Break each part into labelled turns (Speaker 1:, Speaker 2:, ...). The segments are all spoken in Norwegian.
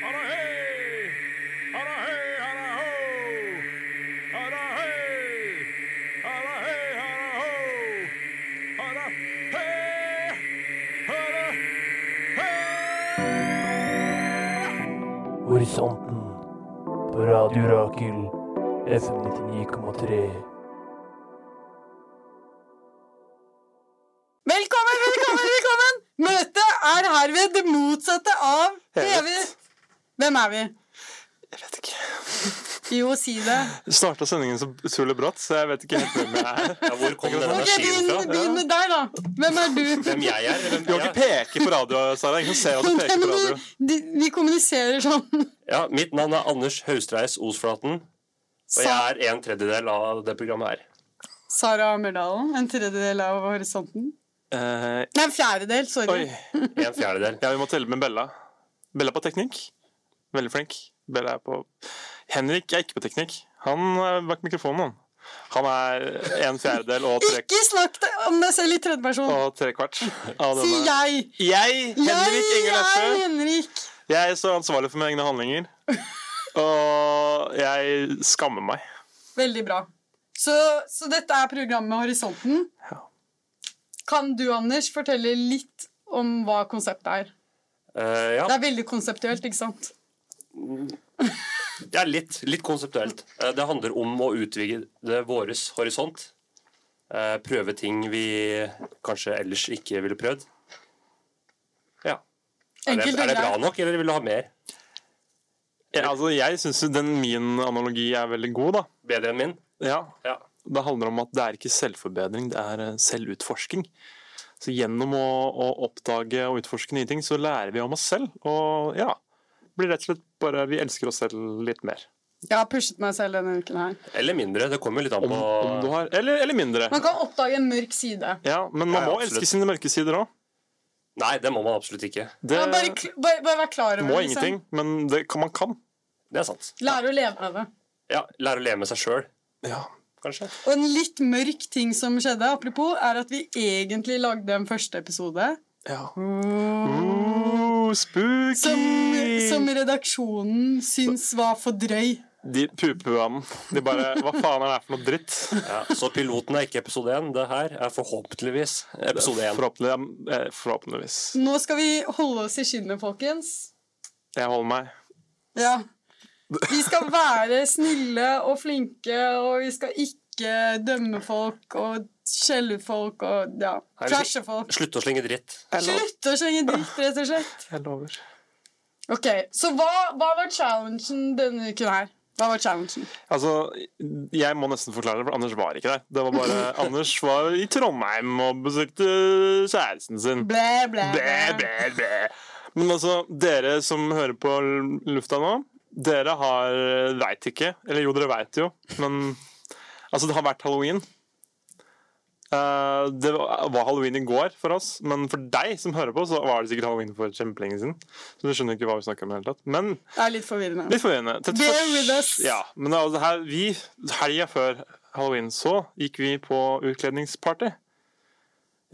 Speaker 1: Harahei! Harahei, haraho! Harahei! Harahei, haraho! Harahei!
Speaker 2: Horisonten på Radio Rakel FM 99,3.
Speaker 3: Velkommen, velkommen, velkommen! Møtet er herved det motsatte av hevet. Hvem er vi?
Speaker 4: Jeg vet ikke.
Speaker 3: Jo, si det.
Speaker 4: Starta sendingen så utrolig brått, så jeg vet ikke helt hvem jeg er.
Speaker 5: Ja, hvor kom den
Speaker 3: Ok,
Speaker 5: energien
Speaker 3: Begynn
Speaker 5: fra?
Speaker 3: begynn med deg, da. Hvem er du?
Speaker 5: Hvem jeg er? Hvem,
Speaker 4: Du kan
Speaker 5: ja.
Speaker 4: ikke peke på radio, Sara. Ingen ser at du peker på radio.
Speaker 3: Du- Vi kommuniserer sånn.
Speaker 5: ja, mitt navn er Anders Haustreis Osflaten, og jeg
Speaker 3: Sa-
Speaker 5: er en tredjedel av det programmet her.
Speaker 3: Sara Mørdalen, en tredjedel av horisonten.
Speaker 4: Eh,
Speaker 3: Nei, en fjerdedel,
Speaker 4: oi.
Speaker 3: sorry.
Speaker 5: En fjerdedel.
Speaker 4: Ja, vi må telle med Bella. Bella på teknikk. Veldig flink. Bella er på Henrik er ikke på teknikk. Han eh, er bak mikrofonen, han. Han er en fjerdedel og tre,
Speaker 3: Ikke snakk te- om deg selv i tredjeperson.
Speaker 4: og tre kvart av
Speaker 3: Si
Speaker 4: denne.
Speaker 3: jeg.
Speaker 4: Jeg,
Speaker 3: Jeg
Speaker 4: Henrik Inger
Speaker 3: er
Speaker 4: Neffe,
Speaker 3: Henrik.
Speaker 4: jeg står ansvarlig for mine egne handlinger. Og jeg skammer meg.
Speaker 3: Veldig bra. Så, så dette er programmet Horisonten.
Speaker 4: Ja.
Speaker 3: Kan du, Anders, fortelle litt om hva konseptet er?
Speaker 5: Eh, ja.
Speaker 3: Det er veldig konseptuelt, ikke sant?
Speaker 5: ja, litt, litt konseptuelt. Eh, det handler om å utvide våres horisont. Eh, prøve ting vi kanskje ellers ikke ville prøvd. Ja. Er det,
Speaker 3: Enkelt og
Speaker 5: er det bra
Speaker 3: greit.
Speaker 5: nok, eller vil du ha mer?
Speaker 4: Ja, altså, jeg syns den min analogi er veldig god, da.
Speaker 5: Bedre enn min?
Speaker 4: Ja,
Speaker 5: Ja.
Speaker 4: Det handler om at det er ikke selvforbedring, det er eh, selvutforsking. Så gjennom å, å oppdage og utforske nye ting, så lærer vi om oss selv. Og ja, blir rett og slett bare Vi elsker oss selv litt mer.
Speaker 3: Jeg har pushet meg selv denne uken her.
Speaker 5: Eller mindre. Det kommer jo litt an
Speaker 4: Om,
Speaker 5: på
Speaker 4: om du har Eller, eller mindre.
Speaker 3: Man kan oppdage en mørk side.
Speaker 4: Ja, men man
Speaker 5: Ja, ja,
Speaker 4: må
Speaker 5: absolutt.
Speaker 4: elske sine mørke sider òg.
Speaker 5: Nei, det må man absolutt ikke.
Speaker 4: Det
Speaker 3: Ja, bare, kl- bare, bare vær klar over
Speaker 4: må
Speaker 3: det, liksom.
Speaker 4: ingenting, men det kan, man kan.
Speaker 5: Det er sant.
Speaker 3: Lære å leve med det.
Speaker 5: Ja, Lære å leve med seg sjøl, kanskje.
Speaker 3: Og en litt mørk ting som skjedde, apropos, er at vi egentlig lagde en første episode
Speaker 4: Ja.
Speaker 5: Mm.
Speaker 4: Oh, spooky!
Speaker 3: som, som redaksjonen syns var for drøy.
Speaker 4: De pupuene. De bare Hva faen er det her for noe dritt?
Speaker 5: Ja, så piloten er ikke episode én. Det her er forhåpentligvis episode én.
Speaker 4: Forhåpentlig- eh, Forhåpentligvis.
Speaker 3: Nå skal vi holde oss i skinnet, folkens.
Speaker 4: Jeg holder meg.
Speaker 3: Ja. Vi skal være snille og flinke, og vi skal ikke dømme folk og skjelle ut folk og ja,
Speaker 5: Nei, vi skal-
Speaker 3: trashe folk.
Speaker 5: Slutt å slenge dritt.
Speaker 3: Slutt å slenge dritt, rett og slett.
Speaker 4: Jeg lover.
Speaker 3: Ok, Så hva, hva var challengen denne uken her? Hva var challengen?
Speaker 4: Altså, jeg må nesten forklare det, for Anders var ikke der. Det var bare, Anders var i Trondheim og besøkte kjæresten sin.
Speaker 3: Blæ, blæ,
Speaker 4: Bæ, bæ, bæ. Men altså, dere som hører på l- lufta nå, dere har veit ikke. Eller jo, dere veit jo, men Altså, det har vært halloween. Eh, det var var halloween i går for oss, men for deg som hører på, så var det sikkert halloween for kjempelenge siden. Så du skjønner ikke hva vi snakker om i det hele tatt. Men
Speaker 3: Det er litt forvirrende.
Speaker 4: Litt forvirrende. Tett
Speaker 3: Bear
Speaker 4: først-
Speaker 3: with us.
Speaker 4: Ja, men da, det her, vi, helga før halloween så gikk vi på utkledningsparty.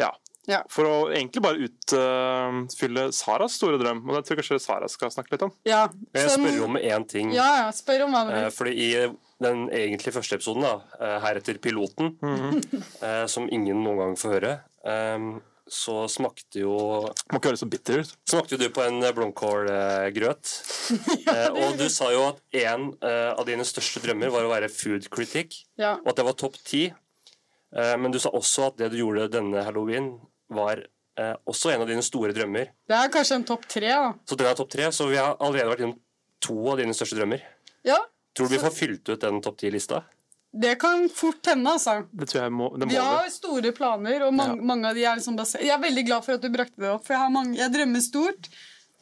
Speaker 4: Ja.
Speaker 3: Ja.
Speaker 4: For å egentlig bare utfylle Saras store drøm, og det tror jeg kanskje Sara skal snakke litt om.
Speaker 3: Ja,
Speaker 5: Jeg
Speaker 3: så-
Speaker 5: spør om én ting.
Speaker 3: ja, ja, spør om hva du
Speaker 5: Eh,
Speaker 3: vil.
Speaker 5: Fordi i den egentlig første episoden, da, eh, heretter piloten, eh, som ingen noen gang får høre, eh, så smakte jo
Speaker 4: Må ikke høre så bitter ut.
Speaker 5: smakte jo du på en eh, blomkålgrøt. Eh, Og du sa jo at en eh, av dine største drømmer var å være food critic.
Speaker 3: Ja.
Speaker 5: og at det var topp ti. Eh, Men du sa også at det du gjorde denne halloween, var eh, også en av dine store drømmer.
Speaker 3: Det er kanskje en topp tre, da.
Speaker 5: Så den er topp tre, så vi har allerede vært innom to av dine største drømmer.
Speaker 3: Ja,
Speaker 5: Tror du vi får fylt ut den topp ti-lista?
Speaker 3: det kan fort hende, altså.
Speaker 4: Det tror jeg må, det må
Speaker 3: Vi har
Speaker 4: vi.
Speaker 3: store planer, og mange, mange av de er liksom basert Jeg er veldig glad for at du brakte det opp, for jeg, har mange, jeg drømmer stort.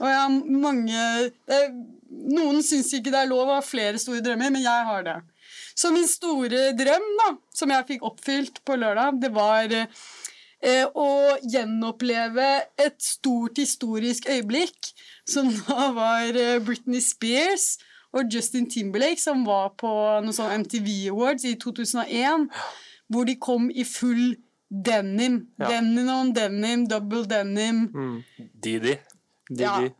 Speaker 3: Og jeg har mange det, er- Noen syns ikke det er lov å ha flere store drømmer, men jeg har det. Så min store drøm, da, som jeg fikk oppfylt på lørdag, det var eh, å gjenoppleve et stort historisk øyeblikk, som da var eh, Britney Spears og Justin Timberlake, som var på noen sånn MTV Awards i 2001, hvor de kom i full denim.
Speaker 4: Ja.
Speaker 3: Denim on denim, double denim.
Speaker 4: Mm.
Speaker 5: Didi.
Speaker 4: De,
Speaker 3: Ja.
Speaker 4: de.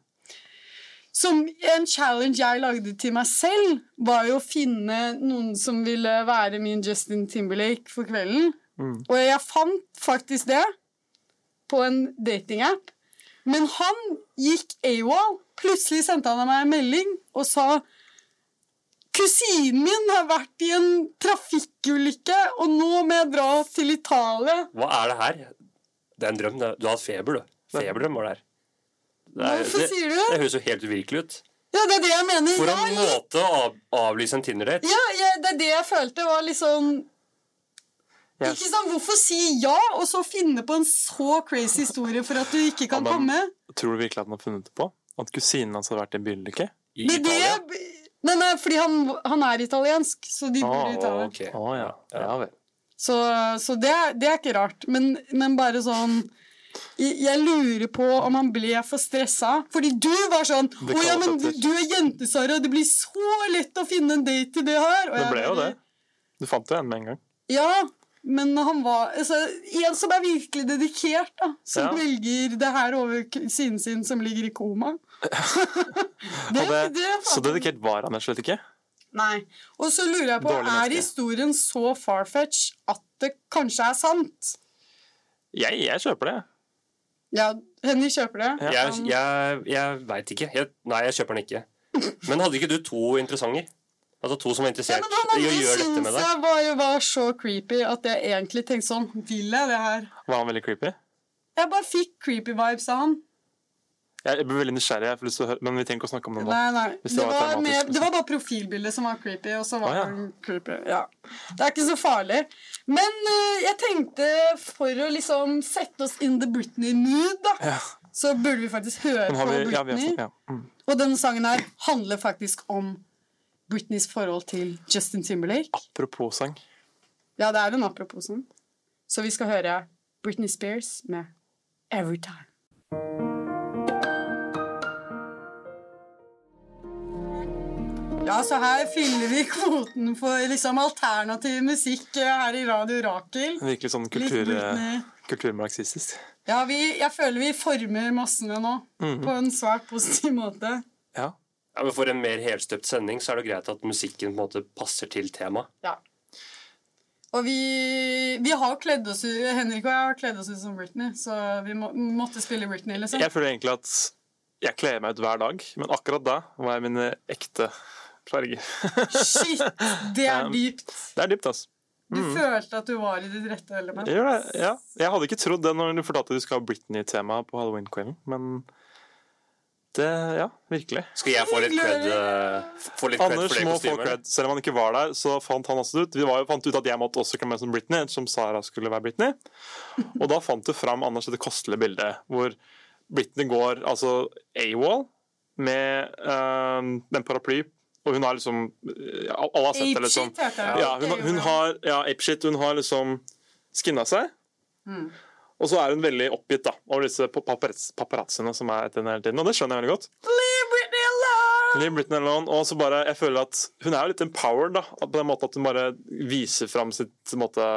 Speaker 3: Som en challenge jeg lagde til meg selv, var jo å finne noen som ville være min Justin Timberlake for kvelden.
Speaker 4: Mm.
Speaker 3: Og jeg fant faktisk det på en datingapp. Men han gikk AWOL. Plutselig sendte han meg en melding og sa Kusinen min har vært i en trafikkulykke, og nå må jeg dra til Italia.
Speaker 5: Hva er det her? Det er en drøm. det er- Du har hatt feber, du. Feberdrøm var det her. Det er-
Speaker 3: Hvorfor
Speaker 5: det-
Speaker 3: sier du det?
Speaker 5: Det høres jo helt uvirkelig ut.
Speaker 3: Ja, det er det jeg mener.
Speaker 5: For
Speaker 3: Ja,
Speaker 5: en måte å av, avlyse en Tinder-date.
Speaker 3: Ja, jeg, det er det jeg følte var liksom
Speaker 4: Jeg-
Speaker 3: Ikke sant, Hvorfor si ja, og så finne på en så crazy historie for at du ikke kan
Speaker 4: Ja, men-
Speaker 3: komme?
Speaker 4: Tror du virkelig at han har funnet det på? At kusinen hans har vært i en bilulykke?
Speaker 5: I
Speaker 3: Det er det
Speaker 5: Italia.
Speaker 3: jeg... Nei, nei, fordi han, han er italiensk, så de bor i
Speaker 4: Ah,
Speaker 3: Italia.
Speaker 5: ok.
Speaker 4: Å ja. Ja vel.
Speaker 3: Så, så det, er- det er ikke rart. Men, men bare sånn jeg, jeg lurer på om han ble for stressa. Fordi du var sånn
Speaker 4: Det
Speaker 3: Å ja,
Speaker 4: kan
Speaker 3: men du,
Speaker 4: være
Speaker 3: du er jente, Sara. Det blir så lett å finne en date til det her. Og
Speaker 4: Det
Speaker 3: jeg
Speaker 4: ble jo
Speaker 3: bare-
Speaker 4: det. Du fant jo en med en gang.
Speaker 3: Ja, men han var altså, En som er virkelig dedikert, da. Som
Speaker 4: Ja.
Speaker 3: velger det her over k- siden sin som ligger i koma. det,
Speaker 4: Og det-
Speaker 3: det er
Speaker 4: Så
Speaker 3: faen-
Speaker 4: dedikert var han rett og slett ikke.
Speaker 3: Nei. Og så lurer jeg på,
Speaker 4: Dårlig
Speaker 3: er
Speaker 4: menneske.
Speaker 3: historien så farfetch at det kanskje er sant?
Speaker 4: Jeg, jeg kjøper det.
Speaker 3: Ja, Henny kjøper det.
Speaker 5: Jeg, jeg, jeg veit ikke. Jeg, nei, jeg kjøper den ikke. Men hadde ikke du to interessante? Altså to som var
Speaker 3: Ja,
Speaker 5: interessert
Speaker 3: men
Speaker 5: i
Speaker 3: han
Speaker 5: å
Speaker 3: andre
Speaker 5: gjøre dette med
Speaker 3: syns
Speaker 5: deg?
Speaker 3: jeg var, var så creepy at jeg egentlig tenkte sånn Vil jeg det her?
Speaker 4: Var han veldig creepy?
Speaker 3: Jeg bare fikk creepy vibes av han.
Speaker 4: Jeg blir veldig nysgjerrig, jeg får lyst til å høre, men vi trenger ikke å snakke om det nå.
Speaker 3: Nei, nei.
Speaker 4: Hvis
Speaker 3: Det
Speaker 4: det var
Speaker 3: var,
Speaker 4: traumatisk,
Speaker 3: mer-
Speaker 4: liksom.
Speaker 3: det var bare profilbildet som var creepy, og så var
Speaker 4: Å, ja.
Speaker 3: han creepy. Ja. Det er ikke så farlig. Men eh, jeg tenkte, for å liksom sette oss in the Britney-mood, da,
Speaker 4: Ja.
Speaker 3: så burde vi faktisk høre
Speaker 4: Men
Speaker 3: på
Speaker 4: har vi, ja, vi har
Speaker 3: Britney.
Speaker 4: snakket, ja. Mm.
Speaker 3: Og denne sangen her handler faktisk om Britneys forhold til Justin Timberlake.
Speaker 4: Apropos sang.
Speaker 3: Ja, det er en apropos sånn. Så vi skal høre Britney Spears med Every Time. Ja, så her fyller vi kvoten for liksom alternativ musikk eh, her i Radio Rakel.
Speaker 4: Virkelig sånn
Speaker 3: Litt
Speaker 4: kultur,
Speaker 3: Britney.
Speaker 4: kulturmarxistisk.
Speaker 3: Ja, vi, jeg føler vi former massene nå på en svært positiv måte.
Speaker 4: Mm. Ja.
Speaker 5: Ja, men for en mer helstøpt sending så er det greit at musikken på en måte passer til temaet.
Speaker 3: Ja. Og vi, vi har kledd oss ut, Henrik og jeg har kledd oss ut som Britney, så vi må, måtte spille Britney, liksom.
Speaker 4: Jeg føler egentlig at jeg kler meg ut hver dag, men akkurat da var jeg mine ekte farger.
Speaker 3: Shit, det er
Speaker 4: Um,
Speaker 3: dypt.
Speaker 4: Det er dypt, altså.
Speaker 3: Du følte at du var i ditt rette element.
Speaker 4: Jeg, gjør det, ja. jeg hadde ikke trodd det når du fortalte at du skal ha Britney-tema på Halloween-kvelden, men det Ja, virkelig.
Speaker 5: Skal jeg få litt cred, eh, få litt cred
Speaker 4: Anders
Speaker 5: for det
Speaker 4: må få
Speaker 5: kostymet?
Speaker 4: cred. Selv om han ikke var der, så fant han også det ut. Vi var jo, fant ut at jeg måtte også kle meg som Britney, som Sara skulle være Britney. Og da fant du fram Anders dette kostelige bildet hvor Britney går altså AWOL med øhm, den paraply, og hun har liksom ja, Alle har sett det, liksom.
Speaker 3: Apeshit, hørte jeg.
Speaker 4: Ja, hun, har- hun har ja, apeshit. Hun har liksom skinna seg. Mm. Og så er hun veldig oppgitt da, over disse pa- paparazz paparazzoene som er etter henne hele tiden. Og det skjønner jeg veldig godt.
Speaker 3: Leave Britney alone!
Speaker 4: Leave Britney alone. Og så bare, jeg føler at hun er jo litt empowered, da. På den måten at hun bare viser fram sitt på en måte,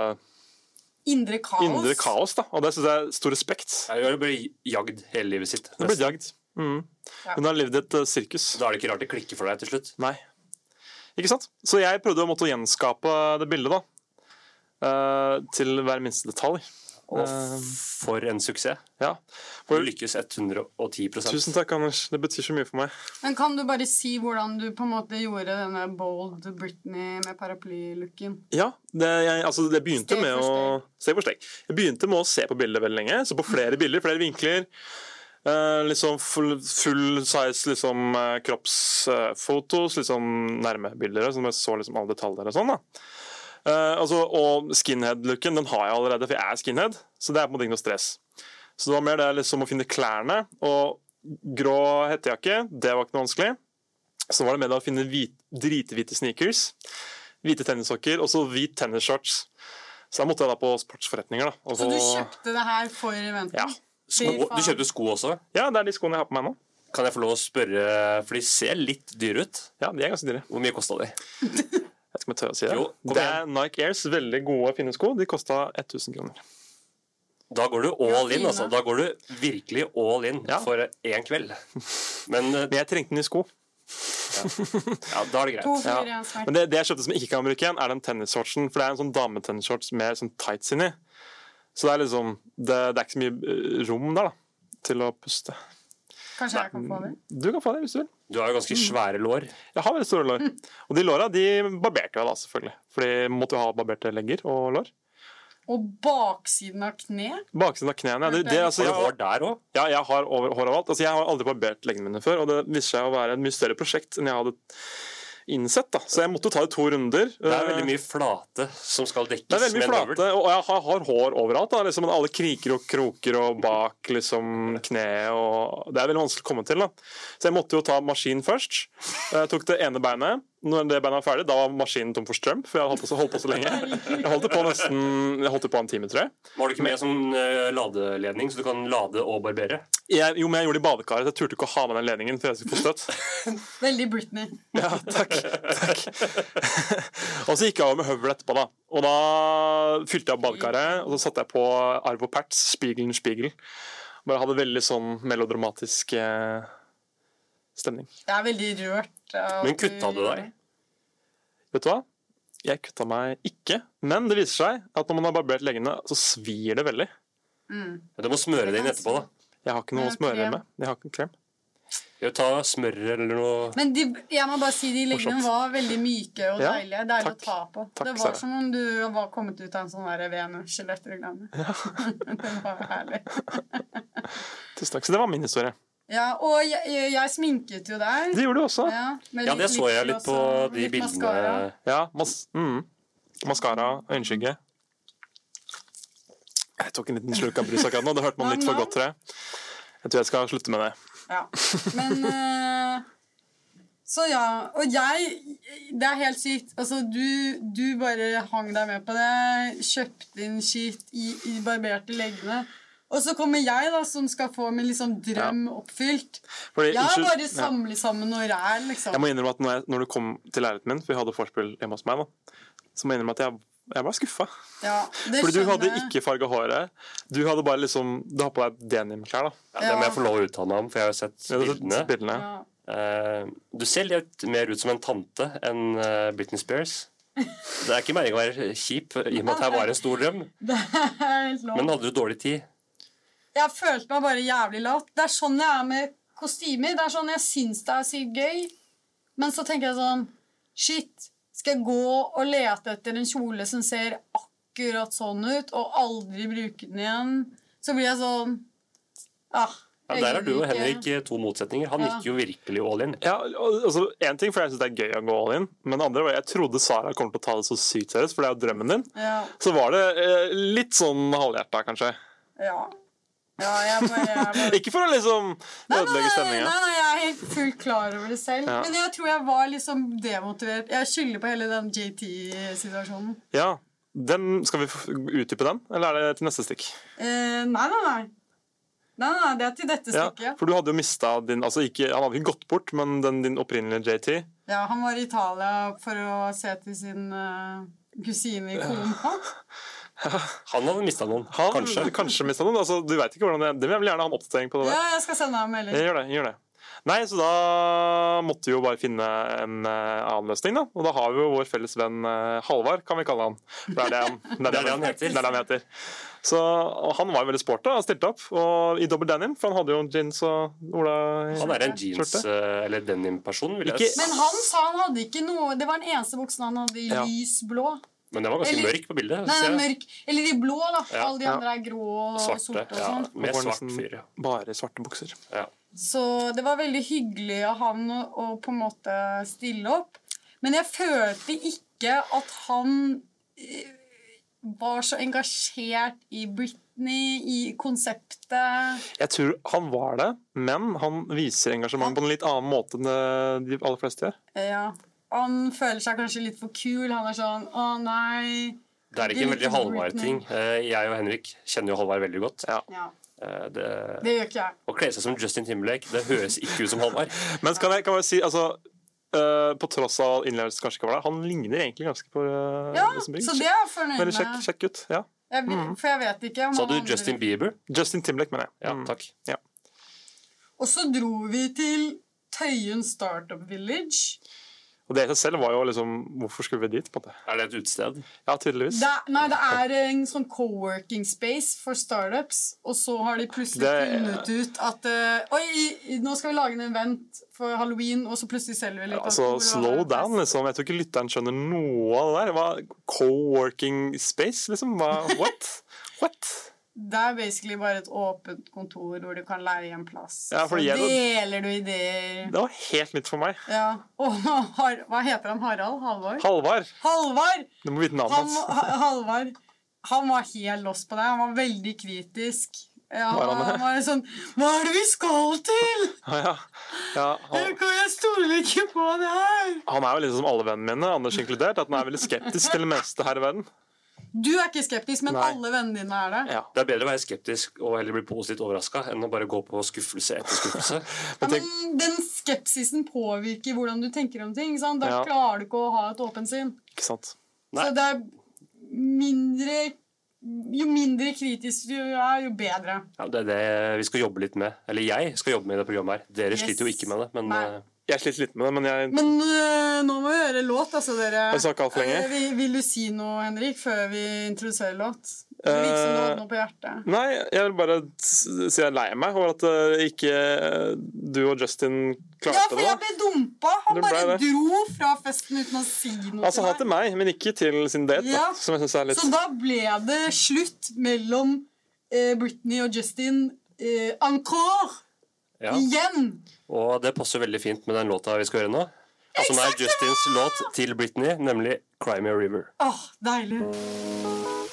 Speaker 3: Indre kaos.
Speaker 4: indre kaos, da. Og det syns jeg er stor respekt.
Speaker 5: Ja, Hun har blitt jagd hele livet sitt.
Speaker 4: Hun har blitt jagd. Mm. Hun har levd i et eh, sirkus.
Speaker 5: Da er det ikke rart det klikker for deg til slutt.
Speaker 4: Nei. Ikke sant? Så jeg prøvde å måtte gjenskape det bildet, da. Eh, til hver minste detalj.
Speaker 5: Og Eh, for en suksess.
Speaker 4: Ja.
Speaker 5: Du lykkes 110
Speaker 4: Tusen takk, Anders. Det betyr så mye for meg.
Speaker 3: Men kan du bare si hvordan du på en måte gjorde denne bold Britney med paraplylooken?
Speaker 4: Ja, det, jeg, altså det begynte
Speaker 3: Steg
Speaker 4: med
Speaker 3: for
Speaker 4: å Steg for steg. Jeg begynte med å se på bildet veldig lenge. Så på flere bilder, flere vinkler. Eh, liksom full, full size liksom, eh, kroppsfotos, litt sånn nærme bilder. Så jeg så liksom alle detaljer og sånn. da. Eh, altså, og skinhead-looken den har jeg allerede, for jeg er skinhead. Så det er på en måte ikke noe stress. Så det var mer det liksom å finne klærne. Og grå hettejakke, det var ikke noe vanskelig. Så var det mer det å finne hvit, drithvite sneakers, hvite tennissokker og så hvit tennisshorts. Så da måtte jeg da på sportsforretninger. da. Og
Speaker 3: Så du
Speaker 4: så-
Speaker 3: kjøpte det her for eventen?
Speaker 4: Ja.
Speaker 5: Sko, du kjøpte sko også.
Speaker 4: Ja, det er de skoene jeg har på meg nå.
Speaker 5: Kan jeg få lov å spørre, for de ser litt dyre ut.
Speaker 4: Ja, De er ganske dyre.
Speaker 5: Hvor mye kosta de?
Speaker 4: Jeg skal tørre å si det.
Speaker 5: Jo, kom
Speaker 4: det er Nike Airs, veldig gode, fine sko. De kosta 1000 kroner.
Speaker 5: Da går du all in,
Speaker 3: Grafine.
Speaker 5: altså. Da går du virkelig all in
Speaker 4: Ja.
Speaker 5: for én kveld. Men eh,
Speaker 4: Men jeg trengte den i sko.
Speaker 5: ja, da er det
Speaker 3: To,
Speaker 5: greit.
Speaker 4: Ja.
Speaker 3: fire, en svart.
Speaker 4: Men det, det jeg kjøpte som jeg ikke kan bruke igjen, er den tennisshortsen. For det er en sånn dametennisshorts med sånn tights inni. Så det er liksom Det, det er ikke så mye eh, rom der, da. Til å puste.
Speaker 3: Kanskje jeg kan få det?
Speaker 4: Du kan få det hvis du vil.
Speaker 5: Du har jo ganske
Speaker 4: Mm.
Speaker 5: svære lår.
Speaker 4: Jeg har veldig store lår. Og de låra de barberte jeg da, selvfølgelig. Fordi jeg måtte jo ha barberte legger og lår.
Speaker 3: Og baksiden av kne?
Speaker 4: Baksiden av knærne. Det, det, altså,
Speaker 5: Har du
Speaker 4: jeg,
Speaker 5: hår der òg?
Speaker 4: ja, jeg har over, hår overalt. Altså, jeg har aldri barbert leggene mine før, og det viste seg å være et mye større prosjekt enn jeg hadde innsett. da. Så jeg måtte jo ta det to runder.
Speaker 5: Det er veldig mye flate som skal dekkes.
Speaker 4: Eh. Det er veldig
Speaker 5: med
Speaker 4: mye
Speaker 5: en navl.
Speaker 4: flate, og jeg har, har hår overalt. Da, liksom, alle kriker og kroker og bak liksom, kneet. Og det er veldig vanskelig å komme til. Da. Så jeg måtte jo ta maskin først. Jeg tok det ene beinet. Når det beinet var ferdig, da var maskinen tom for strøm. For jeg hadde holdt på så, holdt på så lenge. Jeg holdt på nesten jeg holdt på en time, tror jeg.
Speaker 5: Men Har du ikke med sånn eh, ladeledning, så du kan lade og barbere?
Speaker 4: jeg. Jo, men jeg gjorde det i badekaret. så Jeg turte ikke å ha med den ledningen. for jeg skulle få støtt.
Speaker 3: Veldig Britney.
Speaker 4: Ja, takk. takk. og så gikk jeg over med høvel etterpå, da. Og da fylte jeg opp badekaret, og så satte jeg på Arvo Perts 'Spiegelen, Spiegel'. Bare hadde veldig sånn melodramatisk eh, stemning.
Speaker 3: Jeg er veldig rørt. av
Speaker 5: Men
Speaker 3: at
Speaker 5: kutta du deg?
Speaker 4: Vet du hva? Jeg kutta meg ikke, men det viser seg at når man har barbert leggene, så svir det veldig.
Speaker 3: Mm.
Speaker 5: Du må smøre det inn etterpå, da.
Speaker 4: Jeg har ikke noe å
Speaker 3: Men
Speaker 4: smøre
Speaker 3: krem?
Speaker 4: med. Jeg har ikke krem.
Speaker 5: Jo, Ta smør eller noe
Speaker 3: Men de, jeg må bare si de leggene
Speaker 4: Morsomt.
Speaker 3: var veldig myke og
Speaker 4: Ja,
Speaker 3: deilige. Deilig
Speaker 4: takk.
Speaker 3: å ta på.
Speaker 4: Takk,
Speaker 3: det var
Speaker 4: Sara.
Speaker 3: som om du var kommet ut av en sånn der Venus-skjelettreklame. det var herlig.
Speaker 4: Tusen takk. Så det var min historie.
Speaker 3: Ja, og jeg, jeg, jeg sminket jo deg.
Speaker 4: Det gjorde du også.
Speaker 3: Ja, med
Speaker 5: Ja,
Speaker 3: litt
Speaker 5: det så jeg
Speaker 3: glitcher
Speaker 5: litt på
Speaker 3: også,
Speaker 5: de
Speaker 3: litt mascara.
Speaker 5: bildene.
Speaker 4: Ja, mas mm. Maskara, øyenskygge. Jeg tok en liten slurk av brus akkurat nå. Det hørte man litt for godt, tror jeg. Jeg tror jeg skal slutte med det.
Speaker 3: Ja. Men eh, Så ja. Og jeg Det er helt sykt. Altså, du, du bare hang deg med på det. Kjøpte inn skitt i, i barberte leggene. Og så kommer jeg, da, som skal få min liksom drøm oppfylt.
Speaker 4: Fordi,
Speaker 3: Jeg har
Speaker 4: Eh, unnskyld-
Speaker 3: bare
Speaker 4: Ja.
Speaker 3: samlet sammen noe ræl, liksom.
Speaker 4: Jeg må innrømme at når, jeg, når du kom til leiligheten min, for vi hadde vorspiel hjemme hos meg, da, så må jeg innrømme at jeg, jeg var skuffa.
Speaker 3: Ja, det
Speaker 4: Fordi du hadde
Speaker 3: skjønner jeg.
Speaker 4: ikke farga håret. Du hadde bare liksom Du har på deg denimklær, da.
Speaker 5: Ja, det må
Speaker 3: Ja.
Speaker 5: jeg få lov å uttale meg om, for jeg har jo sett
Speaker 4: Ja, det er
Speaker 5: bildene.
Speaker 4: Spillene.
Speaker 3: Ja.
Speaker 5: Eh, du ser litt mer ut som en tante enn eh, Britney Spears. Det er ikke meningen å være kjip, i og med at det her var en stor drøm.
Speaker 3: Det er helt lov.
Speaker 5: Men hadde du dårlig tid?
Speaker 3: Jeg følte meg bare jævlig lat. Det er sånn jeg er med kostymer. Det er sånn jeg syns det er sykt gøy. Men så tenker jeg sånn Shit, skal jeg gå og lete etter en kjole som ser akkurat sånn ut, og aldri bruke den igjen? Så blir jeg sånn ah,
Speaker 5: Ja,
Speaker 3: jeg
Speaker 5: der er du
Speaker 3: gidder
Speaker 5: og
Speaker 3: ikke.
Speaker 5: Henrik eh, to motsetninger. Han
Speaker 3: Ja.
Speaker 5: gikk jo virkelig all in.
Speaker 4: Ja, og- altså, Én ting, for jeg syns det er gøy å gå all in, men det andre var jeg trodde Sara kom til å ta det så sykt seriøst, for det er jo drømmen din.
Speaker 3: Ja,
Speaker 4: Så var det eh, litt sånn halvhjerta, kanskje.
Speaker 3: ja. ja jeg bare, jeg bare
Speaker 4: Ikke for å liksom ødelegge stemninga.
Speaker 3: Nei, nei, jeg er helt fullt klar over det selv.
Speaker 4: Ja.
Speaker 3: Men jeg tror jeg var liksom demotivert. Jeg skylder på hele den JT-situasjonen.
Speaker 4: Ja, den, Skal vi f- utdype den, eller er det til neste stikk?
Speaker 3: Eh, nei, nei, nei. Nei, nei, nei, Det er til dette
Speaker 4: Ja,
Speaker 3: stykket. Ja,
Speaker 4: for du hadde jo mista din altså ikke, Han hadde ikke gått bort, men den din opprinnelige JT.
Speaker 3: Han var i Italia for å se til sin eh, kusine i Kona.
Speaker 5: Han hadde mista noen,
Speaker 4: Han,
Speaker 5: kanskje.
Speaker 4: kanskje mista den. Altså, du vet ikke hvordan det Det vil jeg vel gjerne ha en oppdatering på. det der.
Speaker 3: Ja, jeg skal sende ham en melding.
Speaker 4: Jeg gjør det, jeg gjør det. Nei, så da måtte vi jo bare finne en eh, annen løsning, da. Og da har vi jo vår felles venn eh, Halvard, kan vi kalle han. For det er det han, det er det han,
Speaker 5: heter.
Speaker 4: Det er det han heter. Så og han var jo veldig sporty og stilte opp og, i dobbel denim, for han hadde jo jeans og Ola
Speaker 5: Han er en jeans-
Speaker 4: Skjorte.
Speaker 5: eh, eller denim-person, vil jeg
Speaker 4: Ikke-
Speaker 5: si.
Speaker 3: Men han sa han hadde ikke noe Det var den eneste buksen han hadde i
Speaker 4: Ja.
Speaker 3: lys blå.
Speaker 5: Men den var ganske
Speaker 3: Eller-
Speaker 5: mørk på bildet.
Speaker 3: Nei,
Speaker 5: ser jeg.
Speaker 3: mørk. Eller i blå, da.
Speaker 5: Ja,
Speaker 3: Alle de
Speaker 4: ja.
Speaker 3: andre er grå og sorte
Speaker 5: Svarte.
Speaker 3: og
Speaker 5: Ja,
Speaker 3: sånn.
Speaker 5: med
Speaker 4: Og var
Speaker 5: svart
Speaker 4: nesten
Speaker 5: fyr, ja.
Speaker 4: Bare i svarte bukser.
Speaker 5: ja.
Speaker 3: Så det var veldig hyggelig av han å, å på en måte stille opp. Men jeg følte ikke at han eh, var så engasjert i Britney, i konseptet.
Speaker 4: Jeg tror han var det, men han viser engasjement på en litt annen måte enn det de aller fleste gjør.
Speaker 3: Eh, Ja. Han føler seg kanskje litt for kul. Han er sånn Å, nei.
Speaker 5: Det er ikke en veldig Halvard-ting. Eh, Jeg og Henrik kjenner jo Halvard veldig godt.
Speaker 4: Ja.
Speaker 3: Ja,
Speaker 5: Eh, Det
Speaker 3: det gjør ikke jeg.
Speaker 5: Å kle seg som Justin Timberlake, det høres ikke ut som Halvard.
Speaker 4: Men kan jeg, kan jeg bare si, altså øh, På tross av all innlevelsen kanskje ikke var der, han ligner egentlig ganske på øh,
Speaker 3: Ja,
Speaker 4: Rosenborg.
Speaker 3: så det er jeg fornøyd
Speaker 4: Veldig kjekk,
Speaker 3: med.
Speaker 4: kjekk gutt. Ja.
Speaker 3: Jeg, vil- for jeg vet ikke om
Speaker 5: Sa
Speaker 3: han
Speaker 5: du
Speaker 3: andre-
Speaker 5: Justin Bieber?
Speaker 4: Justin Timberlake, mener jeg.
Speaker 5: Ja,
Speaker 4: Mm.
Speaker 5: takk.
Speaker 3: Og så dro vi til Tøyen Startup Village.
Speaker 4: Og det i seg selv var jo liksom Hvorfor skulle vi dit? på det?
Speaker 5: Er det et utested?
Speaker 4: Ja, tydeligvis.
Speaker 3: Det, er- nei, det er en sånn co-working space for startups, og så har de plutselig
Speaker 4: Det-
Speaker 3: funnet ut at eh, Oi, i- i- nå skal vi lage en event for halloween, og så plutselig selger vi litt
Speaker 4: Altså,
Speaker 3: alkohol og har
Speaker 4: slow
Speaker 3: en
Speaker 4: down,
Speaker 3: fest.
Speaker 4: liksom. Jeg tror ikke lytteren skjønner noe av det der. Hva, co-working space, liksom? Hva, what? what?
Speaker 3: Det er basically bare et åpent kontor hvor du kan leie en plass.
Speaker 4: Ja,
Speaker 3: så
Speaker 4: fordi jeg-
Speaker 3: deler du ideer.
Speaker 4: Det var helt nytt for meg.
Speaker 3: Ja. Og har, hva heter han? Harald? Halvor?
Speaker 4: Halvard.
Speaker 3: Halvard!
Speaker 4: Du må vite navnet
Speaker 3: Han,
Speaker 4: hans.
Speaker 3: Ha- Halvard han var helt lost på det. Han var veldig kritisk. Ja,
Speaker 4: Var han
Speaker 3: han,
Speaker 4: det?
Speaker 3: var sånn Hva er det vi skal til?!
Speaker 4: Ja, ja. ja, han,
Speaker 3: Kan jeg stoler ikke på det her!
Speaker 4: han er jo liksom som alle vennene mine, Anders inkludert, at han er veldig skeptisk til det meste her i verden.
Speaker 3: Du er ikke skeptisk, men
Speaker 4: Nei.
Speaker 3: alle vennene dine er det.
Speaker 4: Ja.
Speaker 5: Det er bedre å være skeptisk og heller bli positivt overraska enn å bare gå på skuffelse etter skuffelse.
Speaker 3: Ja,
Speaker 4: Men tenk,
Speaker 3: men den skepsisen påvirker hvordan du tenker om ting. ikke Sant? Da
Speaker 4: Ja.
Speaker 3: klarer du ikke å ha et åpent sinn.
Speaker 4: ikke sant?
Speaker 5: Nei.
Speaker 3: Så det er mindre Jo mindre kritisk du er, jo bedre.
Speaker 5: Ja, det er det vi skal jobbe litt med. Eller jeg skal jobbe med i det programmet her. Dere
Speaker 3: Yes.
Speaker 5: sliter jo ikke med det, men
Speaker 3: Nei.
Speaker 5: eh,
Speaker 4: Jeg sliter litt med det, men jeg
Speaker 3: Men øh, nå må vi høre låt, altså, dere.
Speaker 4: Har vi snakket alt for lenge?
Speaker 3: Eh, vil, vil du si noe, Henrik, før vi introduserer låt? Det virker som du hadde noe på hjertet.
Speaker 4: Nei, jeg vil bare s- si jeg er lei meg over at eh, ikke eh, du og Justin
Speaker 3: Ja,
Speaker 4: klarte
Speaker 3: for
Speaker 4: det.
Speaker 3: jeg ble dumpa! Han
Speaker 4: Du ble
Speaker 3: bare
Speaker 4: det.
Speaker 3: dro fra festen uten å si noe
Speaker 4: Altså, han til meg, men ikke til sin date, da,
Speaker 3: Ja.
Speaker 4: som jeg syns er litt
Speaker 3: Så da ble det slutt mellom eh, Britney og Justin. Eh, encore!
Speaker 5: ja.
Speaker 3: Igjen!
Speaker 5: Og det passer veldig fint med den låta vi skal høre nå. Som er Justins låt til Britney, nemlig 'Cry Me a River'.
Speaker 3: Åh, deilig.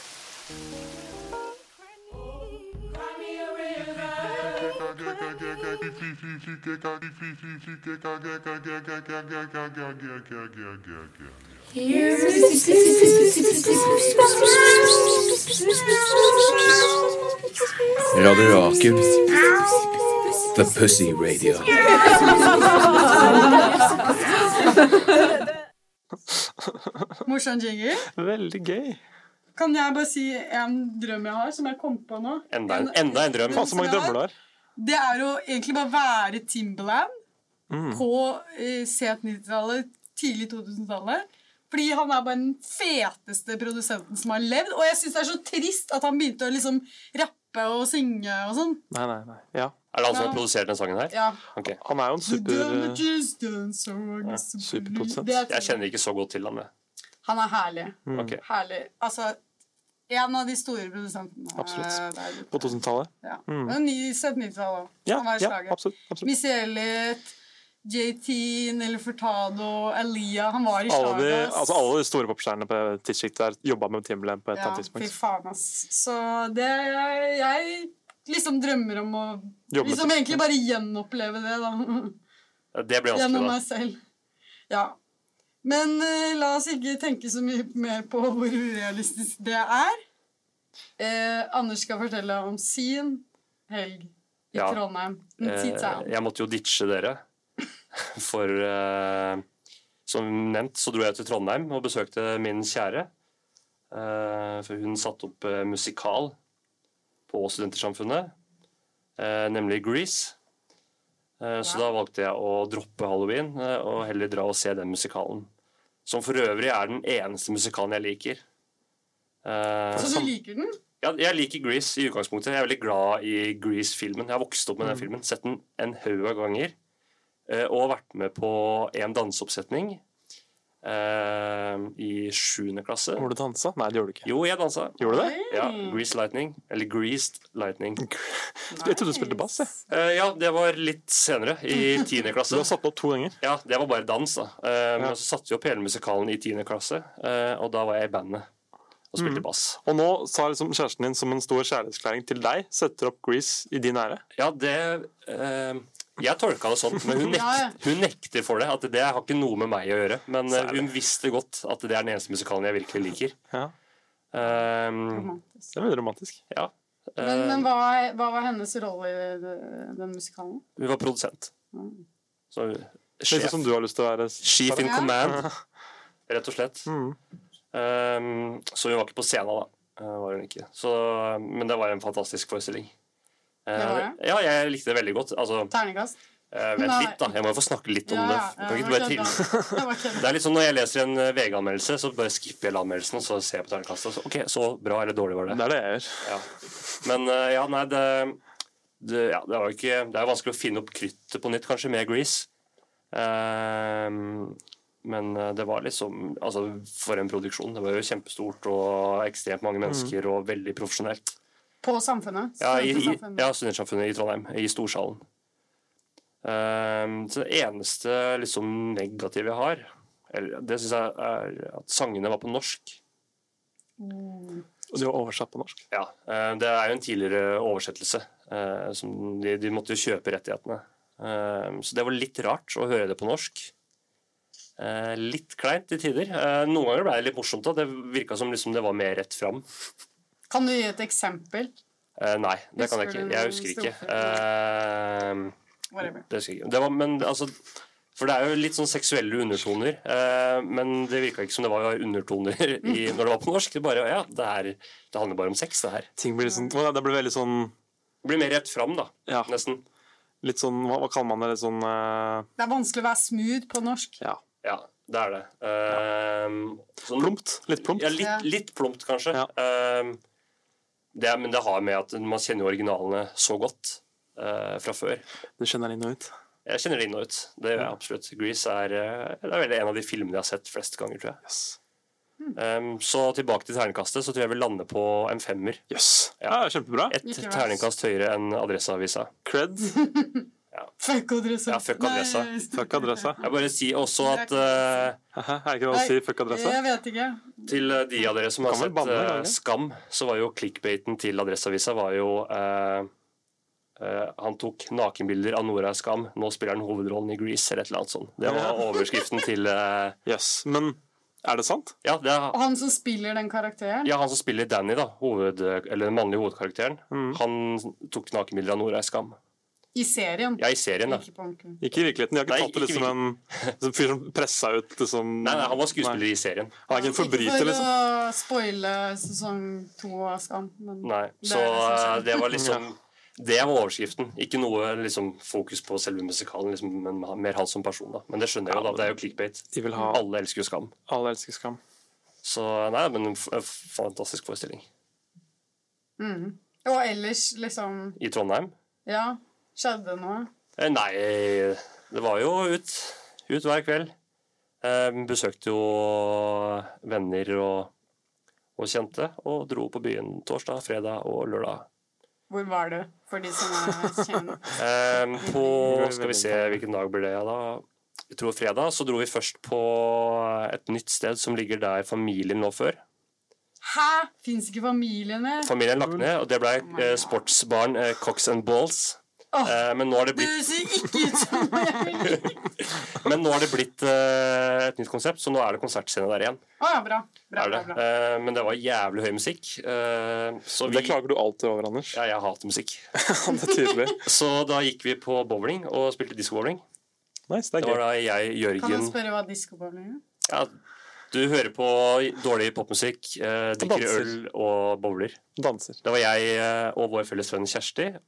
Speaker 6: Radio Rakel. The Pussy Radio.
Speaker 3: Morsom jingle.
Speaker 4: veldig gøy.
Speaker 3: Kan jeg bare si en drøm jeg har, som jeg kom på nå?
Speaker 5: Enda en, enda en drøm.
Speaker 4: Faen, så mange drømmer du har.
Speaker 3: Det er å egentlig bare være Timberland
Speaker 4: Mm.
Speaker 3: på eh, sent 90-tallet, tidlig 2000-tallet. Fordi han er bare den feteste produsenten som har levd. Og jeg syns det er så trist at han begynte å liksom rappe og synge og sånn.
Speaker 4: Nei, nei, nei. Ja.
Speaker 5: Er det han som
Speaker 3: Ja.
Speaker 5: har produsert den sangen her?
Speaker 3: Ja.
Speaker 5: Ok.
Speaker 4: Han er jo en super
Speaker 3: Ja,
Speaker 4: superprodusent.
Speaker 5: eh, Jeg kjenner ikke så godt til han, jeg.
Speaker 3: Han er herlig.
Speaker 4: eh, mm.
Speaker 5: Ok.
Speaker 3: Herlig. Altså en av de store produsentene.
Speaker 4: Absolutt.
Speaker 3: der ute.
Speaker 4: på 2000-tallet.
Speaker 3: Ja. Mm. Sett 90-tallet òg.
Speaker 4: Ja,
Speaker 3: Han var i
Speaker 4: ja
Speaker 3: slaget.
Speaker 4: absolutt. absolutt.
Speaker 3: Missy Elliot, JT, Nelly Furtado, Elia Han var i
Speaker 4: Alle de,
Speaker 3: slaget. ass.
Speaker 4: altså alle de store popstjernene på tidssjiktet der jobba med Timberland på et eller
Speaker 3: ja,
Speaker 4: annet
Speaker 3: fy
Speaker 4: tidspunkt.
Speaker 3: faen, ass. Så det jeg, jeg liksom drømmer om å
Speaker 4: Jobbe med
Speaker 3: liksom
Speaker 4: det.
Speaker 3: egentlig bare gjenoppleve det, da.
Speaker 5: Det blir vanskelig,
Speaker 3: Gjennom meg selv. Ja. Men eh, la oss ikke tenke så mye mer på hvor urealistisk det er. Eh, Anders skal fortelle om sin helg i
Speaker 5: Ja.
Speaker 3: Trondheim.
Speaker 5: da.
Speaker 3: Mm, sit down.
Speaker 5: Eh, Jeg måtte jo ditche dere. For eh, som nevnt så dro jeg til Trondheim og besøkte min kjære. Eh, for hun satte opp eh, musikal på Studentersamfunnet, eh, nemlig Grease. Eh, så da valgte jeg å droppe halloween eh, og heller dra og se den musikalen. Som for øvrig er den eneste musikalen jeg liker. Eh,
Speaker 3: Så
Speaker 5: sam-
Speaker 3: du liker den?
Speaker 5: jeg, jeg liker Grease i utgangspunktet. Jeg er veldig glad i Grease-filmen. Jeg har vokst opp med den filmen, sett den en haug av ganger. eh, Og vært med på en danseoppsetning eh, i sjuende klasse.
Speaker 4: Hvor du dansa? Nei, det gjorde du ikke.
Speaker 5: Jo, jeg dansa.
Speaker 4: Gjorde du det?
Speaker 5: Ja,
Speaker 3: Mm.
Speaker 5: Grease Lightning. Eller Greased Lightning.
Speaker 4: Jeg trodde du spilte bass. jeg.
Speaker 5: Eh, ja, det var litt senere, i tiende
Speaker 4: Du
Speaker 5: klasse.
Speaker 4: har satt den opp to ganger.
Speaker 5: Ja, det var bare dans, da. Eh,
Speaker 4: Ja.
Speaker 5: Men så satte vi opp hele musikalen i tiende klasse, eh, og da var jeg i bandet og spilte bass.
Speaker 4: Og nå sa liksom kjæresten din som en stor kjærlighetserklæring til deg, setter opp Grease i din ære.
Speaker 5: Ja, det eh, Jeg tolka det sånn, men hun, nekt,
Speaker 3: Ja, ja.
Speaker 5: hun nekter for det. At det har ikke noe med meg å gjøre. Men eh, hun visste godt at det er den eneste musikalen jeg virkelig liker.
Speaker 4: Ja.
Speaker 5: Ehm,
Speaker 4: Det er veldig romantisk.
Speaker 5: ja.
Speaker 3: Men,
Speaker 5: Eh,
Speaker 3: men hva, hva var hennes rolle i det- den musikalen?
Speaker 5: eh, hun var produsent. Så
Speaker 4: Det er
Speaker 5: sjef,
Speaker 4: sånn som du har lyst til å være. Mm.
Speaker 5: chief in
Speaker 3: Ja.
Speaker 5: command, rett og slett. Ehm, så hun var ikke på scenen, da. eh, var hun ikke. Så, men det var en fantastisk forestilling. Eh,
Speaker 3: Det var det?
Speaker 5: ja, jeg likte det veldig godt. Altså,
Speaker 3: Terningkast?
Speaker 5: eh, vent
Speaker 3: Nei.
Speaker 5: litt, da. Jeg må jo få snakke litt om det. Kan ikke du bare
Speaker 3: det
Speaker 5: til?
Speaker 3: var kødd, da. Det var kødd.
Speaker 5: Det er litt sånn Når jeg leser en eh, VG-anmeldelse, så bare skipper jeg hele anmeldelsen og så ser jeg på terningkastet. og Så, ok, så bra eller dårlig var det.
Speaker 4: Det er det jeg gjør.
Speaker 5: Ja. Men eh, ja, nei, det, det, ja, det, var jo ikke, det er jo vanskelig å finne opp kruttet på nytt, kanskje, med Grease. Ehm, men eh, det var liksom Altså, for en produksjon. Det var jo kjempestort og ekstremt mange mennesker og veldig profesjonelt.
Speaker 3: På Samfunnet?
Speaker 5: Ja, i, i,
Speaker 3: Samfunnet.
Speaker 5: ja Studentsamfunnet i Trondheim, i Storsalen. Ehm, så det eneste liksom negative jeg har, eller, det syns jeg er at sangene var på norsk.
Speaker 4: Og de var oversatt på norsk.
Speaker 5: Ja, eh, Det er jo en tidligere oversettelse. eh, Som de, de måtte jo kjøpe rettighetene. Eh, Så det var litt rart å høre det på norsk. Eh, Litt kleint til tider. Eh, Noen ganger ble det litt morsomt. da. Det virka som liksom det var mer rett fram.
Speaker 3: Kan du gi et eksempel?
Speaker 5: Eh, Nei, det kan jeg
Speaker 3: Husker
Speaker 5: ikke. Jeg
Speaker 3: du noen
Speaker 5: husker ikke.
Speaker 3: strofer?
Speaker 5: Eh,
Speaker 3: Whatever.
Speaker 5: Det husker jeg ikke. Det var, men altså For det er jo litt sånn seksuelle undertoner. eh, Men det virka ikke som det var undertoner i, når det var på norsk. Det bare, ja, det, er, det handler bare om sex, det her.
Speaker 4: Ting blir liksom, Å, det blir veldig sånn
Speaker 5: Det blir mer rett fram, da.
Speaker 4: Ja.
Speaker 5: Nesten.
Speaker 4: Litt sånn, hva, hva kaller man det? Litt sånn eh,
Speaker 3: Det er vanskelig å være smooth på norsk.
Speaker 4: Ja.
Speaker 5: Ja, det er det. Ehm, sånn-
Speaker 4: Plumpt. Litt plumpt.
Speaker 5: Ja,
Speaker 3: Ja.
Speaker 5: litt, litt plumpt, kanskje.
Speaker 4: Ja.
Speaker 5: Ehm, det, er- men det har med at man kjenner jo originalene så godt eh, fra før.
Speaker 4: Du kjenner inn og ut.
Speaker 5: Jeg kjenner det inn og ut. Det gjør jeg absolutt. Grease er, eh, det er vel en av de filmene jeg har sett flest ganger, tror jeg.
Speaker 4: Jøss.
Speaker 5: Ehm, så tilbake til terningkastet, så tror jeg vi lander på en femmer.
Speaker 4: Yes. Ja.
Speaker 5: Ja.
Speaker 4: kjempebra.
Speaker 5: Et
Speaker 3: Ikke verst.
Speaker 5: terningkast høyere enn Adresseavisa.
Speaker 4: Cred.
Speaker 3: Fuck adressa.
Speaker 5: Ja, fuck adressa.
Speaker 3: Nei.
Speaker 4: Fuck adresse.
Speaker 5: Jeg bare sier også
Speaker 3: Det er
Speaker 5: at eh,
Speaker 4: Hæ, Er det ikke det å si fuck adresse?
Speaker 3: Jeg vet ikke.
Speaker 5: Til eh, de av dere som har
Speaker 4: Kan vel
Speaker 5: sett
Speaker 4: banne,
Speaker 5: eh,
Speaker 4: kan vi?
Speaker 5: Skam, så var jo clickbaiten til Adresseavisa var jo eh, eh, Han tok nakenbilder av Nora i Skam, nå spiller han hovedrollen i Grease, eller et eller annet sånt. Det
Speaker 4: Ja.
Speaker 5: var overskriften til eh,
Speaker 4: Yes. Men er det sant?
Speaker 5: Ja, det er
Speaker 3: Og han som spiller den karakteren?
Speaker 5: ja, han som spiller Danny, da, hoved, eller den mannlige hovedkarakteren,
Speaker 4: Mm.
Speaker 5: han tok nakenbilder av Nora i Skam.
Speaker 3: I serien?
Speaker 5: Ja, i serien, da.
Speaker 3: Ikke på ordentlig.
Speaker 4: Ikke i virkeligheten. De har ikke
Speaker 5: Nei,
Speaker 4: tatt det
Speaker 5: ikke
Speaker 4: liksom en som fyr som pressa ut liksom
Speaker 5: Nei, nei, han var skuespiller i serien.
Speaker 4: Han er ikke en forbryter,
Speaker 3: Ikke
Speaker 4: liksom.
Speaker 3: for å spoile sesong to av Skam, men
Speaker 5: Nei,
Speaker 3: Det
Speaker 5: så
Speaker 3: er det som skjer.
Speaker 5: eh, det var liksom Det var overskriften. Ikke noe liksom, fokus på selve musikalen, liksom, men mer han som person. da. Men det skjønner jeg jo, da. Det er jo clickbait.
Speaker 4: De vil ha
Speaker 5: Alle elsker jo Skam.
Speaker 4: Alle elsker Skam.
Speaker 5: Så nei, men en f- en fantastisk forestilling.
Speaker 3: Og ellers, liksom
Speaker 5: I Trondheim?
Speaker 3: Ja, skjedde noe?
Speaker 5: Eh, Nei, det var jo ut. Ut hver kveld. Eh, besøkte jo venner og, og kjente, og dro på byen torsdag, fredag og lørdag.
Speaker 3: Hvor var du, for de som er kjent? Mm.
Speaker 5: Eh, på Skal vi se hvilken dag blir det, da? Jeg tror fredag. Så dro vi først på et nytt sted som ligger der familien lå før.
Speaker 3: Hæ? Fins ikke familien mer?
Speaker 5: Familien lagt ned, og det ble
Speaker 3: Oh
Speaker 5: eh, sportsbaren eh, Cox and Balls. Eh, men nå har det
Speaker 3: Du
Speaker 5: blitt
Speaker 3: ser ikke ut som jeg vil!
Speaker 5: Men nå har det blitt eh, et nytt konsept, så nå er det konsertscene der igjen.
Speaker 3: Å ja, bra. bra,
Speaker 5: Er det.
Speaker 3: bra, bra.
Speaker 5: Eh, men det var jævlig høy musikk. eh, så vi,
Speaker 4: Det klager du alltid over, Anders.
Speaker 5: ja, jeg hater musikk.
Speaker 4: Det er tydelig.
Speaker 5: Så da gikk vi på bowling og spilte discobowling.
Speaker 4: Nice,
Speaker 5: Det
Speaker 4: det er
Speaker 5: var da
Speaker 4: gøy.
Speaker 5: jeg,
Speaker 3: Kan jeg
Speaker 5: Jørgen
Speaker 3: spørre hva diskobowling er?
Speaker 5: ja, Du hører på dårlig popmusikk, eh, drikker
Speaker 4: danser.
Speaker 5: øl og bowler.
Speaker 4: Danser.
Speaker 5: Det var jeg eh, og vår felles venn Kjersti og